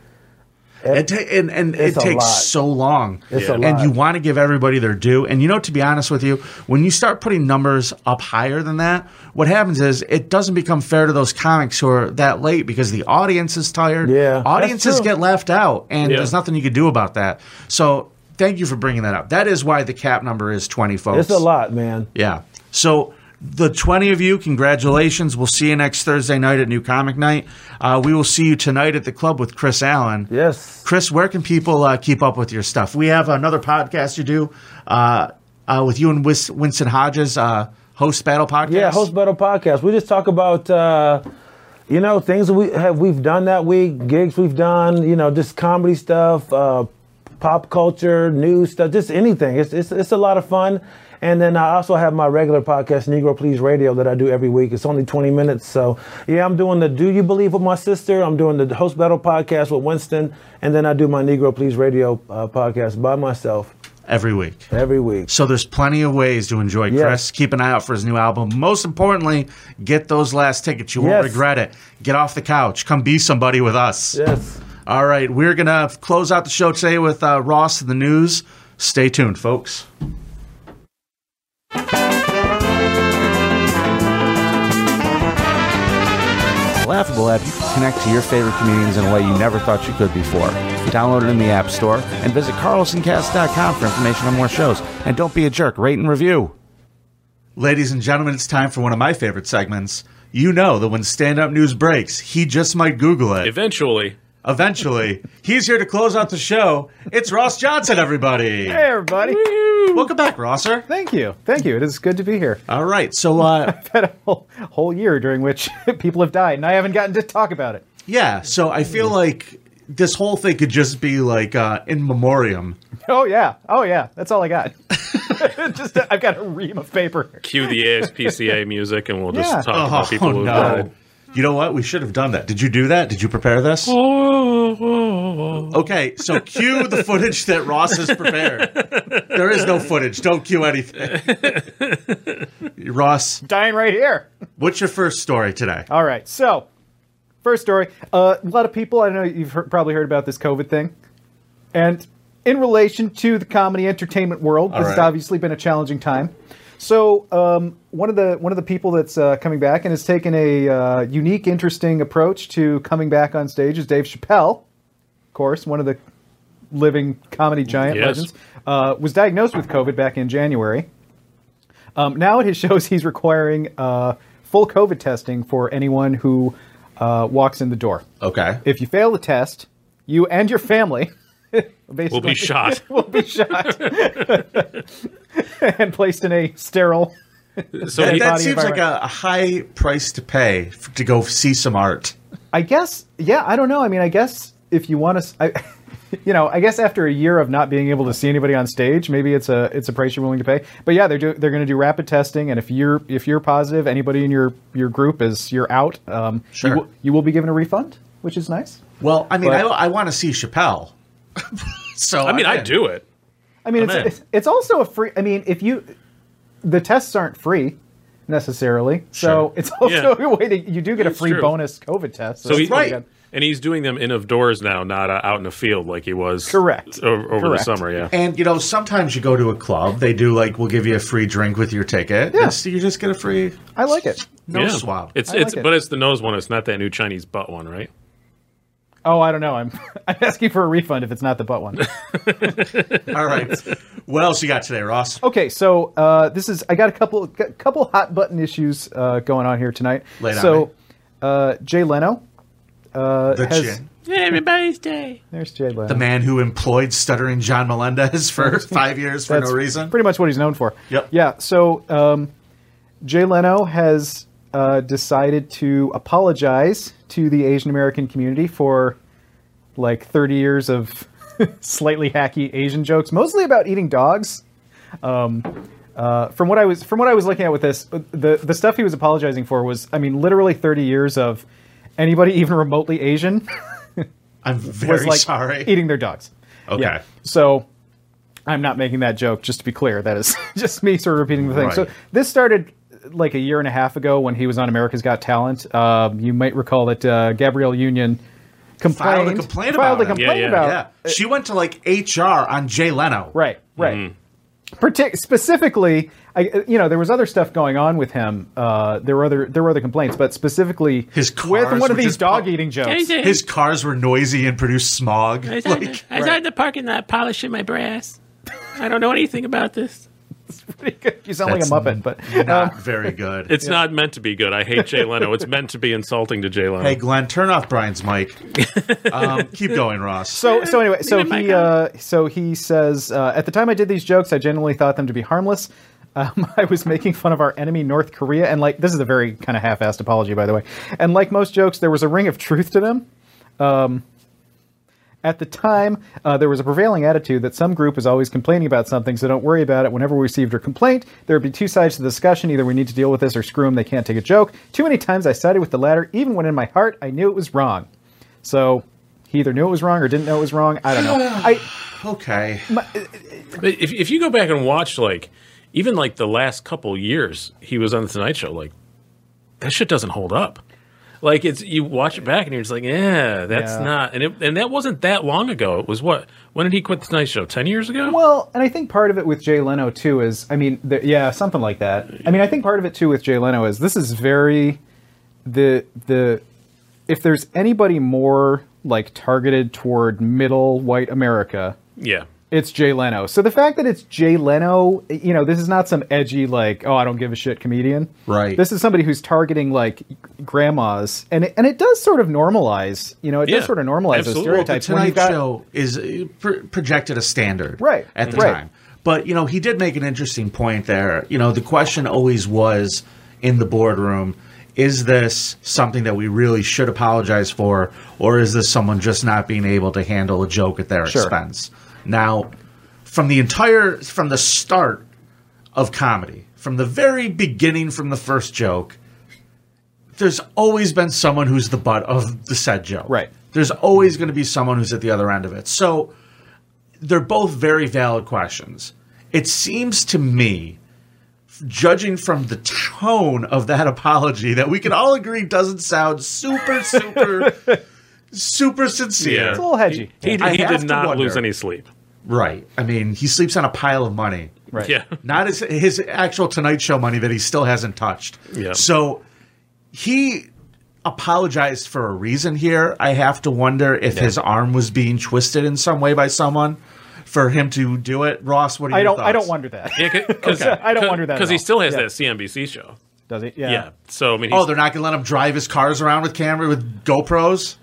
Speaker 2: It ta- and and it
Speaker 5: It's a
Speaker 2: takes
Speaker 5: lot.
Speaker 2: so long.
Speaker 5: It's a
Speaker 2: And
Speaker 5: lot.
Speaker 2: you want to give everybody their due. And you know, to be honest with you, when you start putting numbers up higher than that, what happens is it doesn't become fair to those comics who are that late because the audience is tired.
Speaker 5: Yeah, that's
Speaker 2: Audiences
Speaker 5: true.
Speaker 2: get left out, and
Speaker 3: Yeah.
Speaker 2: there's nothing you can do about that. So thank you for bringing that up. That is why the cap number is 20, folks.
Speaker 5: It's a lot, man.
Speaker 2: Yeah. So the 20 of you, congratulations. We'll see you next Thursday night at New Comic Night. Uh, we will see you tonight at the club with Chris Allen.
Speaker 5: Yes.
Speaker 2: Chris, where can people uh, keep up with your stuff? We have another podcast you do uh, uh, with you and Wis- Winston Hodges, uh, host battle podcast.
Speaker 5: Yeah, host battle podcast. We just talk about uh, you know things that we have we've done that week, gigs we've done, you know, just comedy stuff, uh, pop culture, news stuff, just anything. It's it's it's a lot of fun. And then I also have my regular podcast, Negro Please Radio, that I do every week. It's only 20 minutes. So, yeah, I'm doing the Do You Believe with my sister. I'm doing the Host Battle podcast with Winston. And then I do my Negro Please Radio uh, podcast by myself
Speaker 2: every week.
Speaker 5: every week.
Speaker 2: So there's plenty of ways to enjoy
Speaker 5: Yes.
Speaker 2: Chris. Keep an eye out for his new album. Most importantly, get those last tickets. You won't
Speaker 5: Yes.
Speaker 2: regret it. Get off the couch. Come be somebody with us.
Speaker 5: Yes.
Speaker 2: All right, we're going to close out the show today with uh, Ross and the news. Stay tuned, folks.
Speaker 6: Laughable app, you can connect to your favorite comedians in a way you never thought you could before. Download it in the App Store and visit carlsoncast.com for information on more shows. And don't be a jerk, rate and review.
Speaker 2: Ladies and gentlemen, it's time for one of my favorite segments. You know that when stand up news breaks, he just might Google it.
Speaker 3: Eventually,
Speaker 2: Eventually, he's here to close out the show. It's Ross Johnson, everybody.
Speaker 1: Hey, everybody.
Speaker 2: Welcome back, Rosser.
Speaker 1: Thank you. Thank you. It is good to be here.
Speaker 2: All right, so uh,
Speaker 1: had a whole, whole year during which people have died, and I haven't gotten to talk about it.
Speaker 2: yeah, so I feel like this whole thing could just be like uh, in memoriam.
Speaker 1: Oh yeah, oh yeah, that's all I got. Just I've got a ream of paper.
Speaker 3: cue the ASPCA music, and we'll just
Speaker 1: Yeah.
Speaker 3: talk
Speaker 2: Oh,
Speaker 3: about people who died.
Speaker 2: You know what? We should have done that. Did you do that? Did you prepare this?
Speaker 3: Oh, oh, oh.
Speaker 2: Okay, so cue the footage that Ross has prepared. There is no footage. Don't cue anything. Ross,
Speaker 1: Dying right here.
Speaker 2: what's your first story today?
Speaker 1: All right, so first story. Uh, a lot of people I know you've heard, probably heard about this COVID thing, and in relation to the comedy entertainment world, this has
Speaker 2: right.
Speaker 1: obviously been a challenging time. So um, one of the one of the people that's uh, coming back and has taken a uh, unique, interesting approach to coming back on stage is Dave Chappelle, of course, one of the living comedy giant
Speaker 3: Yes.
Speaker 1: legends. Uh, was diagnosed with COVID back in January. Um, now at his shows, he's requiring uh, full COVID testing for anyone who uh, walks in the door.
Speaker 2: Okay.
Speaker 1: If you fail the test, you and your family
Speaker 3: We'll be
Speaker 1: basically
Speaker 3: shot.
Speaker 1: will be shot and placed in a sterile.
Speaker 3: So
Speaker 2: that
Speaker 3: he,
Speaker 2: that
Speaker 1: body
Speaker 2: seems like
Speaker 1: environment.
Speaker 2: a, a high price to pay f- to go see some art.
Speaker 1: I guess, yeah, I don't know. I mean, I guess if you want to, I, you know, I guess after a year of not being able to see anybody on stage, maybe it's a it's a price you're willing to pay. But yeah, they're do, they're going to do rapid testing, and if you're if you're positive, anybody in your your group is you're out. Um,
Speaker 2: Sure.
Speaker 1: you, will- you will be given a refund, which is nice.
Speaker 2: Well, I mean,
Speaker 1: But-
Speaker 2: I, I want to see Chappelle. so
Speaker 3: I mean, I do it.
Speaker 1: I mean,
Speaker 2: I'm
Speaker 1: it's,
Speaker 2: in.
Speaker 1: it's it's also a free. I mean, if you the tests aren't free necessarily, so
Speaker 2: Sure.
Speaker 1: it's also a way that you do get a
Speaker 3: It's
Speaker 1: free
Speaker 3: true.
Speaker 1: bonus COVID test.
Speaker 3: So he,
Speaker 2: right.
Speaker 3: and he's doing them in of doors now, not uh, out in the field like he was.
Speaker 1: Correct.
Speaker 3: o- Over,
Speaker 1: Correct.
Speaker 3: the summer, yeah.
Speaker 2: And you know, sometimes you go to a club, they do like we'll give you a free drink with your ticket.
Speaker 1: Yeah.
Speaker 2: Yeah. you just get a free
Speaker 1: I like it.
Speaker 2: nose
Speaker 3: yeah.
Speaker 2: swab.
Speaker 3: It's
Speaker 1: I
Speaker 3: it's
Speaker 1: like it.
Speaker 3: but it's the nose one. It's not that new Chinese butt one, right?
Speaker 1: Oh, I don't know. I'm I'm asking for a refund if it's not the butt one.
Speaker 2: All right. What else you got today, Ross?
Speaker 1: Okay, so uh, this is I got a couple a couple hot button issues uh, going on here tonight.
Speaker 2: Lay it on
Speaker 1: so
Speaker 2: me.
Speaker 1: uh, Jay Leno, uh,
Speaker 2: the
Speaker 1: has-
Speaker 2: chin.
Speaker 1: there's Jay Leno.
Speaker 2: the man who employed stuttering John Melendez for five years for
Speaker 1: That's
Speaker 2: no reason.
Speaker 1: Pretty much what he's known for.
Speaker 2: Yep.
Speaker 1: Yeah. So um, Jay Leno has uh, decided to apologize to the Asian American community for like 30 years of slightly hacky Asian jokes, mostly about eating dogs. Um, Uh, from what I was from what I was looking at with this, the the stuff he was apologizing for was, I mean, literally 30 years of anybody even remotely Asian
Speaker 2: I'm very
Speaker 1: was like
Speaker 2: sorry.
Speaker 1: eating their dogs.
Speaker 2: Okay.
Speaker 1: So I'm not making that joke, just to be clear. That is just me sort of repeating the thing. So
Speaker 2: Right.
Speaker 1: this started like a year and a half ago when he was on America's Got Talent. Um, you might recall that uh, Gabrielle Union complained.
Speaker 2: Filed a complaint
Speaker 1: filed
Speaker 2: about
Speaker 1: a
Speaker 2: him.
Speaker 1: complaint
Speaker 3: Yeah, yeah,
Speaker 1: about-
Speaker 2: Yeah. She went to like HR on Jay Leno.
Speaker 1: Right, right.
Speaker 2: Mm-hmm.
Speaker 1: Partic- specifically, I, you know, there was other stuff going on with him. Uh, there were other there were other complaints, but specifically
Speaker 2: His
Speaker 1: with
Speaker 2: cars
Speaker 1: one of
Speaker 2: were
Speaker 1: these
Speaker 2: just pop-
Speaker 1: dog eating jokes.
Speaker 2: His cars were noisy and produced smog.
Speaker 7: I was, out,
Speaker 2: Like,
Speaker 7: I was out in the parking lot polishing my brass. I don't know anything about this.
Speaker 1: you sound like a
Speaker 2: That's
Speaker 1: muppet, but
Speaker 2: not very good.
Speaker 3: It's not meant to be good. I hate Jay Leno. It's meant to be insulting to Jay Leno.
Speaker 2: Hey, Glenn, turn off Brian's mic. um, keep going, Ross.
Speaker 1: So so anyway, so
Speaker 7: Leave it,
Speaker 1: he
Speaker 7: Michael.
Speaker 1: uh, so he says uh, at the time I did these jokes, I genuinely thought them to be harmless. Um, I was making fun of our enemy North Korea, and like this is a very kind of half-assed apology, by the way. And like most jokes, there was a ring of truth to them. Um, at the time, uh, there was a prevailing attitude that some group is always complaining about something, so don't worry about it. Whenever we received a complaint, there would be two sides to the discussion. Either we need to deal with this, or screw them, they can't take a joke. Too many times I sided with the latter, even when in my heart I knew it was wrong. So he either knew it was wrong or didn't know it was wrong. I don't know. I
Speaker 2: okay.
Speaker 3: But if, if you go back and watch, like, even like the last couple years he was on the Tonight Show, like, that shit doesn't hold up. Like, it's you watch it back and you're just like, yeah, that's
Speaker 1: Yeah.
Speaker 3: not. And it, and that wasn't that long ago. It was what? When did he quit the Tonight Show? Ten years ago?
Speaker 1: well, and I think part of it with Jay Leno too is, I mean, the, yeah, something like that. I mean, I think part of it too with Jay Leno is this is very the the if there's anybody more like targeted toward middle white America,
Speaker 3: Yeah.
Speaker 1: it's Jay Leno. So the fact that it's Jay Leno, you know, this is not some edgy like, oh, I don't give a shit comedian.
Speaker 2: Right.
Speaker 1: This is somebody who's targeting like grandmas, and it, and it does sort of normalize. You know, it
Speaker 3: Yeah,
Speaker 1: does sort of normalize
Speaker 3: absolutely.
Speaker 1: those
Speaker 3: Well, the
Speaker 2: The
Speaker 1: stereotypes. when
Speaker 2: Tonight
Speaker 1: you've got-
Speaker 2: Show is uh, pr- projected a standard
Speaker 1: Right,
Speaker 2: at the
Speaker 1: right.
Speaker 2: time. But, you know, he did make an interesting point there. You know, the question always was in the boardroom is this something that we really should apologize for, or is this someone just not being able to handle a joke at their
Speaker 1: Sure.
Speaker 2: expense? Now, from the entire, from the start of comedy, from the very beginning, from the first joke, there's always been someone who's the butt of the said joke.
Speaker 1: Right.
Speaker 2: There's always going to be someone who's at the other end of it. So they're both very valid questions. It seems to me, judging from the tone of that apology, that we can all agree doesn't sound super, super, super sincere.
Speaker 3: Yeah.
Speaker 1: It's a little hedgy.
Speaker 3: He,
Speaker 2: I
Speaker 3: he
Speaker 2: have
Speaker 3: did
Speaker 2: to
Speaker 3: not
Speaker 2: wonder.
Speaker 3: lose any sleep.
Speaker 2: Right. I mean, he sleeps on a pile of money.
Speaker 1: Right.
Speaker 3: Yeah.
Speaker 2: not his his actual Tonight Show money that he still hasn't touched.
Speaker 3: Yeah.
Speaker 2: So he apologized for a reason here. I have to wonder if his arm was being twisted in some way by someone for him to do it. Ross, what are
Speaker 1: I
Speaker 2: your
Speaker 1: don't. I
Speaker 2: thoughts?
Speaker 1: don't wonder that.
Speaker 3: Because
Speaker 1: I don't wonder that at
Speaker 3: Because he
Speaker 1: all.
Speaker 3: still has
Speaker 1: Yeah.
Speaker 3: that CNBC show.
Speaker 1: Does it?
Speaker 3: Yeah.
Speaker 1: Yeah.
Speaker 3: So, I mean, he's,
Speaker 2: Oh, they're not going to let him drive his cars around with camera with GoPros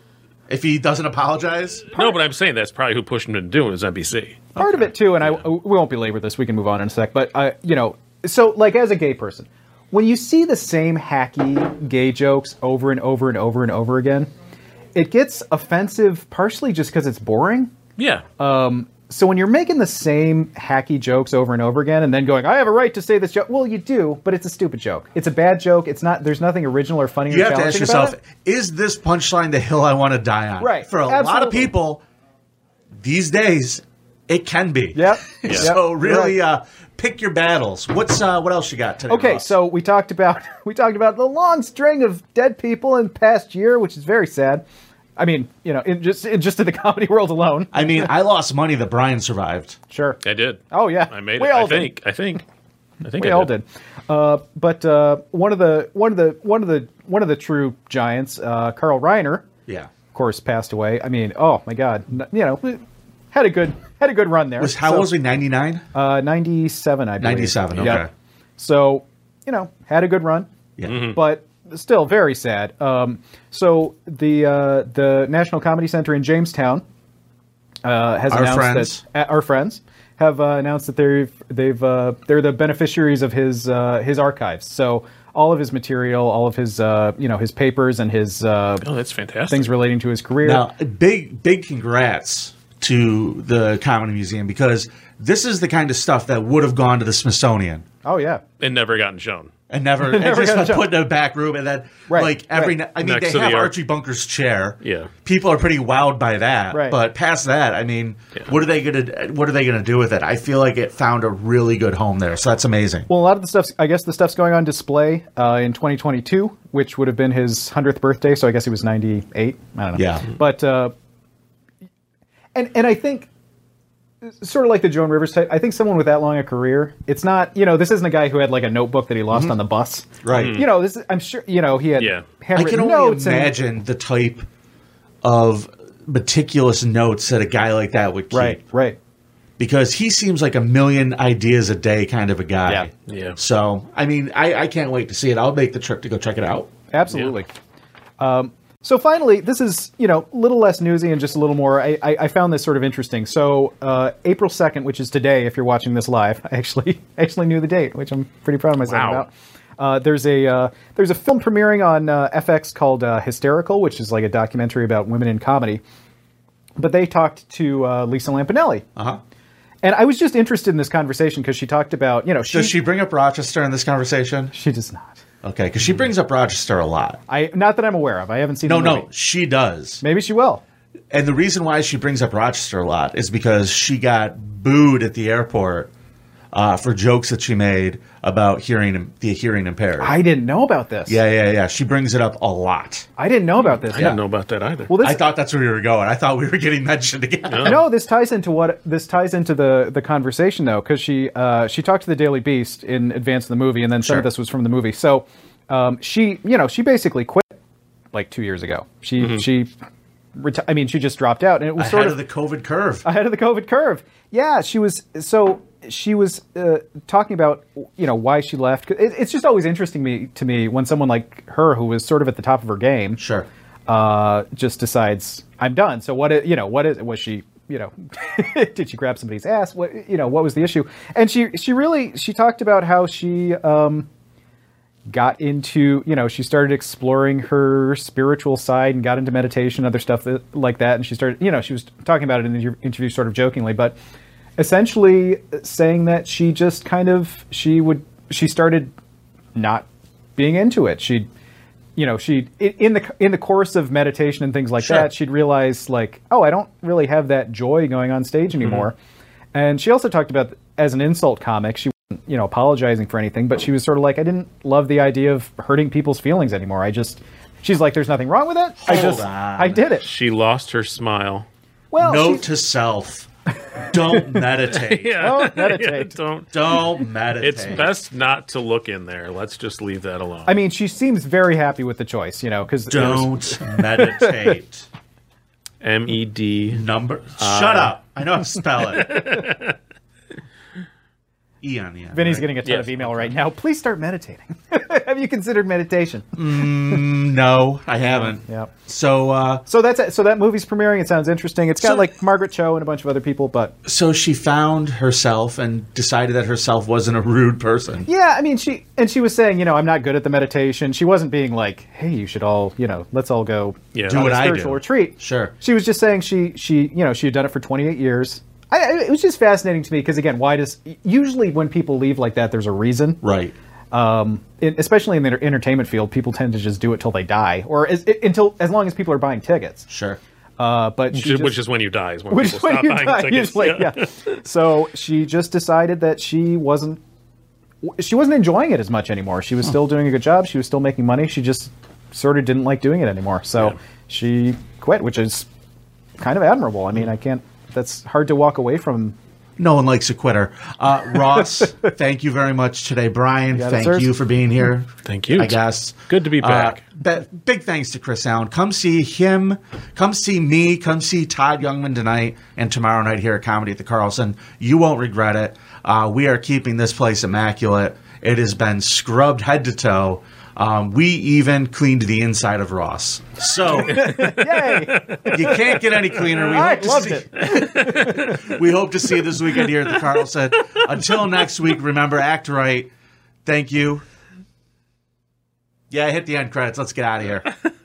Speaker 2: if he doesn't apologize.
Speaker 3: no, but I'm saying that's probably who pushed him to do it was NBC.
Speaker 1: Part of it too, and I we won't belabor this. We can move on in a sec. But I, you know, so like as a gay person, when you see the same hacky gay jokes over and over and over and over again, it gets offensive. Partially just because it's boring.
Speaker 3: Yeah.
Speaker 1: Uh, So when you're making the same hacky jokes over and over again, and then going, "I have a right to say this joke," well, you do, but it's a stupid joke. It's a bad joke. It's not. There's nothing original or funny.
Speaker 2: You
Speaker 1: or
Speaker 2: have to ask
Speaker 1: challenging about
Speaker 2: yourself: Is this punchline the hill I want to die on?
Speaker 1: Right.
Speaker 2: For a lot of
Speaker 1: Absolutely.
Speaker 2: people these days, it can be.
Speaker 1: it. Yep.
Speaker 2: So
Speaker 1: Yep.
Speaker 2: really,
Speaker 1: Right.
Speaker 2: uh, pick your battles. What's uh, what else you got today?
Speaker 1: Okay,
Speaker 2: Ross?
Speaker 1: so we talked about we talked about the long string of dead people in the past year, which is very sad. I mean, you know, in just in just in the comedy world alone.
Speaker 2: I mean, I lost money that Brian survived.
Speaker 1: Sure.
Speaker 3: I did.
Speaker 1: Oh, yeah.
Speaker 3: I made
Speaker 1: We
Speaker 3: it. I
Speaker 1: all did.
Speaker 3: think. I think. I think
Speaker 1: We
Speaker 3: I
Speaker 1: all did. Uh, but uh, one of the one of the one of the one of the true giants, uh, Carl Reiner,
Speaker 2: Yeah,
Speaker 1: of course, passed away. I mean, oh my God, N- you know, had a good had a good run there.
Speaker 2: was how
Speaker 1: So,
Speaker 2: old was he? Ninety nine.
Speaker 1: Uh, Ninety seven, I believe.
Speaker 2: Ninety seven. Okay.
Speaker 1: Yeah. So, you know, had a good run.
Speaker 2: Yeah.
Speaker 1: but still very sad. Um, so the uh, the National Comedy Center in Jamestown uh, has
Speaker 2: Our
Speaker 1: announced
Speaker 2: friends.
Speaker 1: that uh, our friends have uh, announced that they've they've uh, they're the beneficiaries of his uh, his archives. So all of his material, all of his uh, you know his papers and his uh,
Speaker 3: Oh, that's fantastic.
Speaker 1: things relating to his career.
Speaker 2: Now, big big congrats to the Comedy Museum because this is the kind of stuff that would have gone to the Smithsonian
Speaker 1: Oh yeah.
Speaker 3: and never gotten shown.
Speaker 2: and never, and
Speaker 1: Never
Speaker 2: just
Speaker 1: got
Speaker 2: got
Speaker 1: shown.
Speaker 2: put in a back room and then
Speaker 1: Right,
Speaker 2: like every
Speaker 1: right.
Speaker 2: n- I mean
Speaker 3: Next
Speaker 2: they
Speaker 3: to the
Speaker 2: have
Speaker 3: arch.
Speaker 2: Archie Bunker's chair.
Speaker 3: Yeah.
Speaker 2: People are pretty wowed by that.
Speaker 1: Right.
Speaker 2: But past that, I mean, what are they gonna what are they gonna do with it? I feel like it found a really good home there. So that's amazing.
Speaker 1: Well, a lot of the stuff's I guess the stuff's going on display uh, in 2022, which would have been his 100th birthday. So I guess he was 98. I don't know.
Speaker 2: Yeah.
Speaker 1: But uh, and and I think sort of like the Joan Rivers type. I think someone with that long a career, it's not you know this isn't a guy who had like a notebook that he lost on the bus.
Speaker 2: Mm-hmm. Right.
Speaker 1: You know this. Is, I'm sure you know he had
Speaker 3: Yeah.
Speaker 2: I
Speaker 1: handwritten
Speaker 2: can only
Speaker 1: notes and-
Speaker 2: imagine the type of meticulous notes that a guy like that would keep.
Speaker 1: right. Right.
Speaker 2: Because he seems like a million ideas a day kind of a guy.
Speaker 1: Yeah.
Speaker 3: Yeah.
Speaker 2: So I mean, I, I can't wait to see it. I'll make the trip to go check it out.
Speaker 1: Absolutely. Um, so finally, this is you know a little less newsy and just a little more. I, I, I found this sort of interesting. So uh, April second, which is today, if you're watching this live, I actually I actually knew the date, which I'm pretty proud of myself
Speaker 3: Wow.
Speaker 1: about. Uh, there's a uh, there's a film premiering on uh, FX called uh, Hysterical, which is like a documentary about women in comedy. But they talked to uh, Lisa Lampanelli,
Speaker 2: Uh-huh.
Speaker 1: and I was just interested in this conversation because she talked about you know she
Speaker 2: Does she bring up Rochester in this conversation?
Speaker 1: she does not.
Speaker 2: Okay, because she brings up Rochester a lot.
Speaker 1: I not that I'm aware of. I haven't seen
Speaker 2: No,
Speaker 1: the
Speaker 2: no,
Speaker 1: movie.
Speaker 2: she does.
Speaker 1: Maybe she will.
Speaker 2: And the reason why she brings up Rochester a lot is because she got booed at the airport uh, for jokes that she made about hearing the hearing impaired.
Speaker 1: I didn't know about this.
Speaker 2: yeah, yeah, yeah. She brings it up a lot.
Speaker 1: I didn't know about this.
Speaker 3: I didn't know about that either.
Speaker 1: Well, this
Speaker 2: I thought that's where we were going. I thought we were getting mentioned again.
Speaker 1: no, this ties into what this ties into the the conversation though, because she uh, she talked to the Daily Beast in advance of the movie, and then some
Speaker 2: Sure.
Speaker 1: of this was from the movie. So um, she, you know, she basically quit like two years ago. She she, reti- I mean, she just dropped out, and it was
Speaker 2: Mm-hmm. Ahead
Speaker 1: sort Uh,
Speaker 2: of the COVID curve.
Speaker 1: ahead of the COVID curve. Yeah, she was. So she was uh, talking about you know why she left. It, it's just always interesting me to me when someone like her who was sort of at the top of her game,
Speaker 2: Sure.
Speaker 1: uh, just decides I'm done. So what? i- You know, what is? Was she? You know, did she grab somebody's ass? What? You know, what was the issue? And she she really she talked about how she. Um, got into you know she started exploring her spiritual side and got into meditation other stuff that, like that and she started you know she was talking about it in the inter- interview sort of jokingly but essentially saying that she just kind of she would she started not being into it she'd you know she in in the in the course of meditation and things like
Speaker 2: Sure.
Speaker 1: that she'd realize like oh i don't really have that joy going on stage
Speaker 2: Mm-hmm.
Speaker 1: anymore and she also talked about as an insult comic she you know apologizing for anything but she was sort of like i didn't love the idea of hurting people's feelings anymore i just she's like there's nothing wrong with it i
Speaker 2: Hold
Speaker 1: just
Speaker 2: on.
Speaker 1: i did it
Speaker 3: she lost her smile.
Speaker 1: well
Speaker 2: Note
Speaker 1: she's-
Speaker 2: to self. Don't meditate.
Speaker 1: Don't meditate.
Speaker 3: don't.
Speaker 2: Don't meditate.
Speaker 3: It's best not to look in there. Let's just leave that alone.
Speaker 1: i mean she seems very happy with the choice you know because
Speaker 2: Don't meditate.
Speaker 3: M E D.
Speaker 2: Number. Shut up. I know how to spell it. E on the end.
Speaker 1: Vinny's
Speaker 2: right?
Speaker 1: getting a ton
Speaker 3: Yes.
Speaker 1: of email right now. Please start meditating. Have you considered meditation?
Speaker 2: No, I haven't.
Speaker 1: Yep.
Speaker 2: So, uh,
Speaker 1: So that's it. so that movie's premiering. It sounds interesting. It's got
Speaker 2: So-
Speaker 1: like Margaret Cho and a bunch of other people, but
Speaker 2: so she found herself and decided that herself wasn't a rude person.
Speaker 1: yeah, I mean, she and she was saying, you know, I'm not good at the meditation. She wasn't being like, hey, you should all, you know, let's all go
Speaker 3: Yeah.
Speaker 2: Do
Speaker 1: on
Speaker 2: what
Speaker 1: a
Speaker 2: I do.
Speaker 1: spiritual retreat.
Speaker 2: Sure.
Speaker 1: She was just saying she she you know she had done it for 28 years. I, I- it was just fascinating to me because again, why does usually when people leave like that, there's a reason.
Speaker 2: Right.
Speaker 1: um, in, especially in the enter- entertainment field, people tend to just do it till they die, or as, i- until as long as people are buying tickets.
Speaker 2: Sure.
Speaker 1: Uh, but she just,
Speaker 3: Which is when you die. Is when
Speaker 1: which
Speaker 3: people
Speaker 1: is when
Speaker 3: stop
Speaker 1: you
Speaker 3: buying
Speaker 1: die,
Speaker 3: tickets.
Speaker 1: usually, yeah. So she just decided that she wasn't w- she wasn't enjoying it as much anymore. She was
Speaker 3: Hmm.
Speaker 1: still doing a good job. She was still making money. She just sort of didn't like doing it anymore. So she quit, which is kind of admirable. I mean,
Speaker 3: Hmm.
Speaker 1: I can't. That's hard to walk away from.
Speaker 2: No one likes a quitter. Uh, Ross, thank you very much today. Brian,
Speaker 1: got it,
Speaker 2: thank
Speaker 1: sirs.
Speaker 2: you for being here.
Speaker 3: Thank you.
Speaker 2: I guess.
Speaker 3: Good to be
Speaker 2: Uh,
Speaker 3: back.
Speaker 2: be- big thanks to Chris Allen. Come see him. Come see me. Come see Todd Youngman tonight and tomorrow night here at Comedy at the Carlson. You won't regret it. Uh, we are keeping this place immaculate. It has been scrubbed head to toe. Um, we even cleaned the inside of Ross. So
Speaker 1: Yay!
Speaker 2: you can't get any cleaner. We
Speaker 1: I
Speaker 2: hope to
Speaker 1: loved
Speaker 2: see-
Speaker 1: it.
Speaker 2: we hope to see you this weekend here at the Carlson. Until next week, remember, act right. Thank you. Yeah, hit the end credits. Let's get out of here.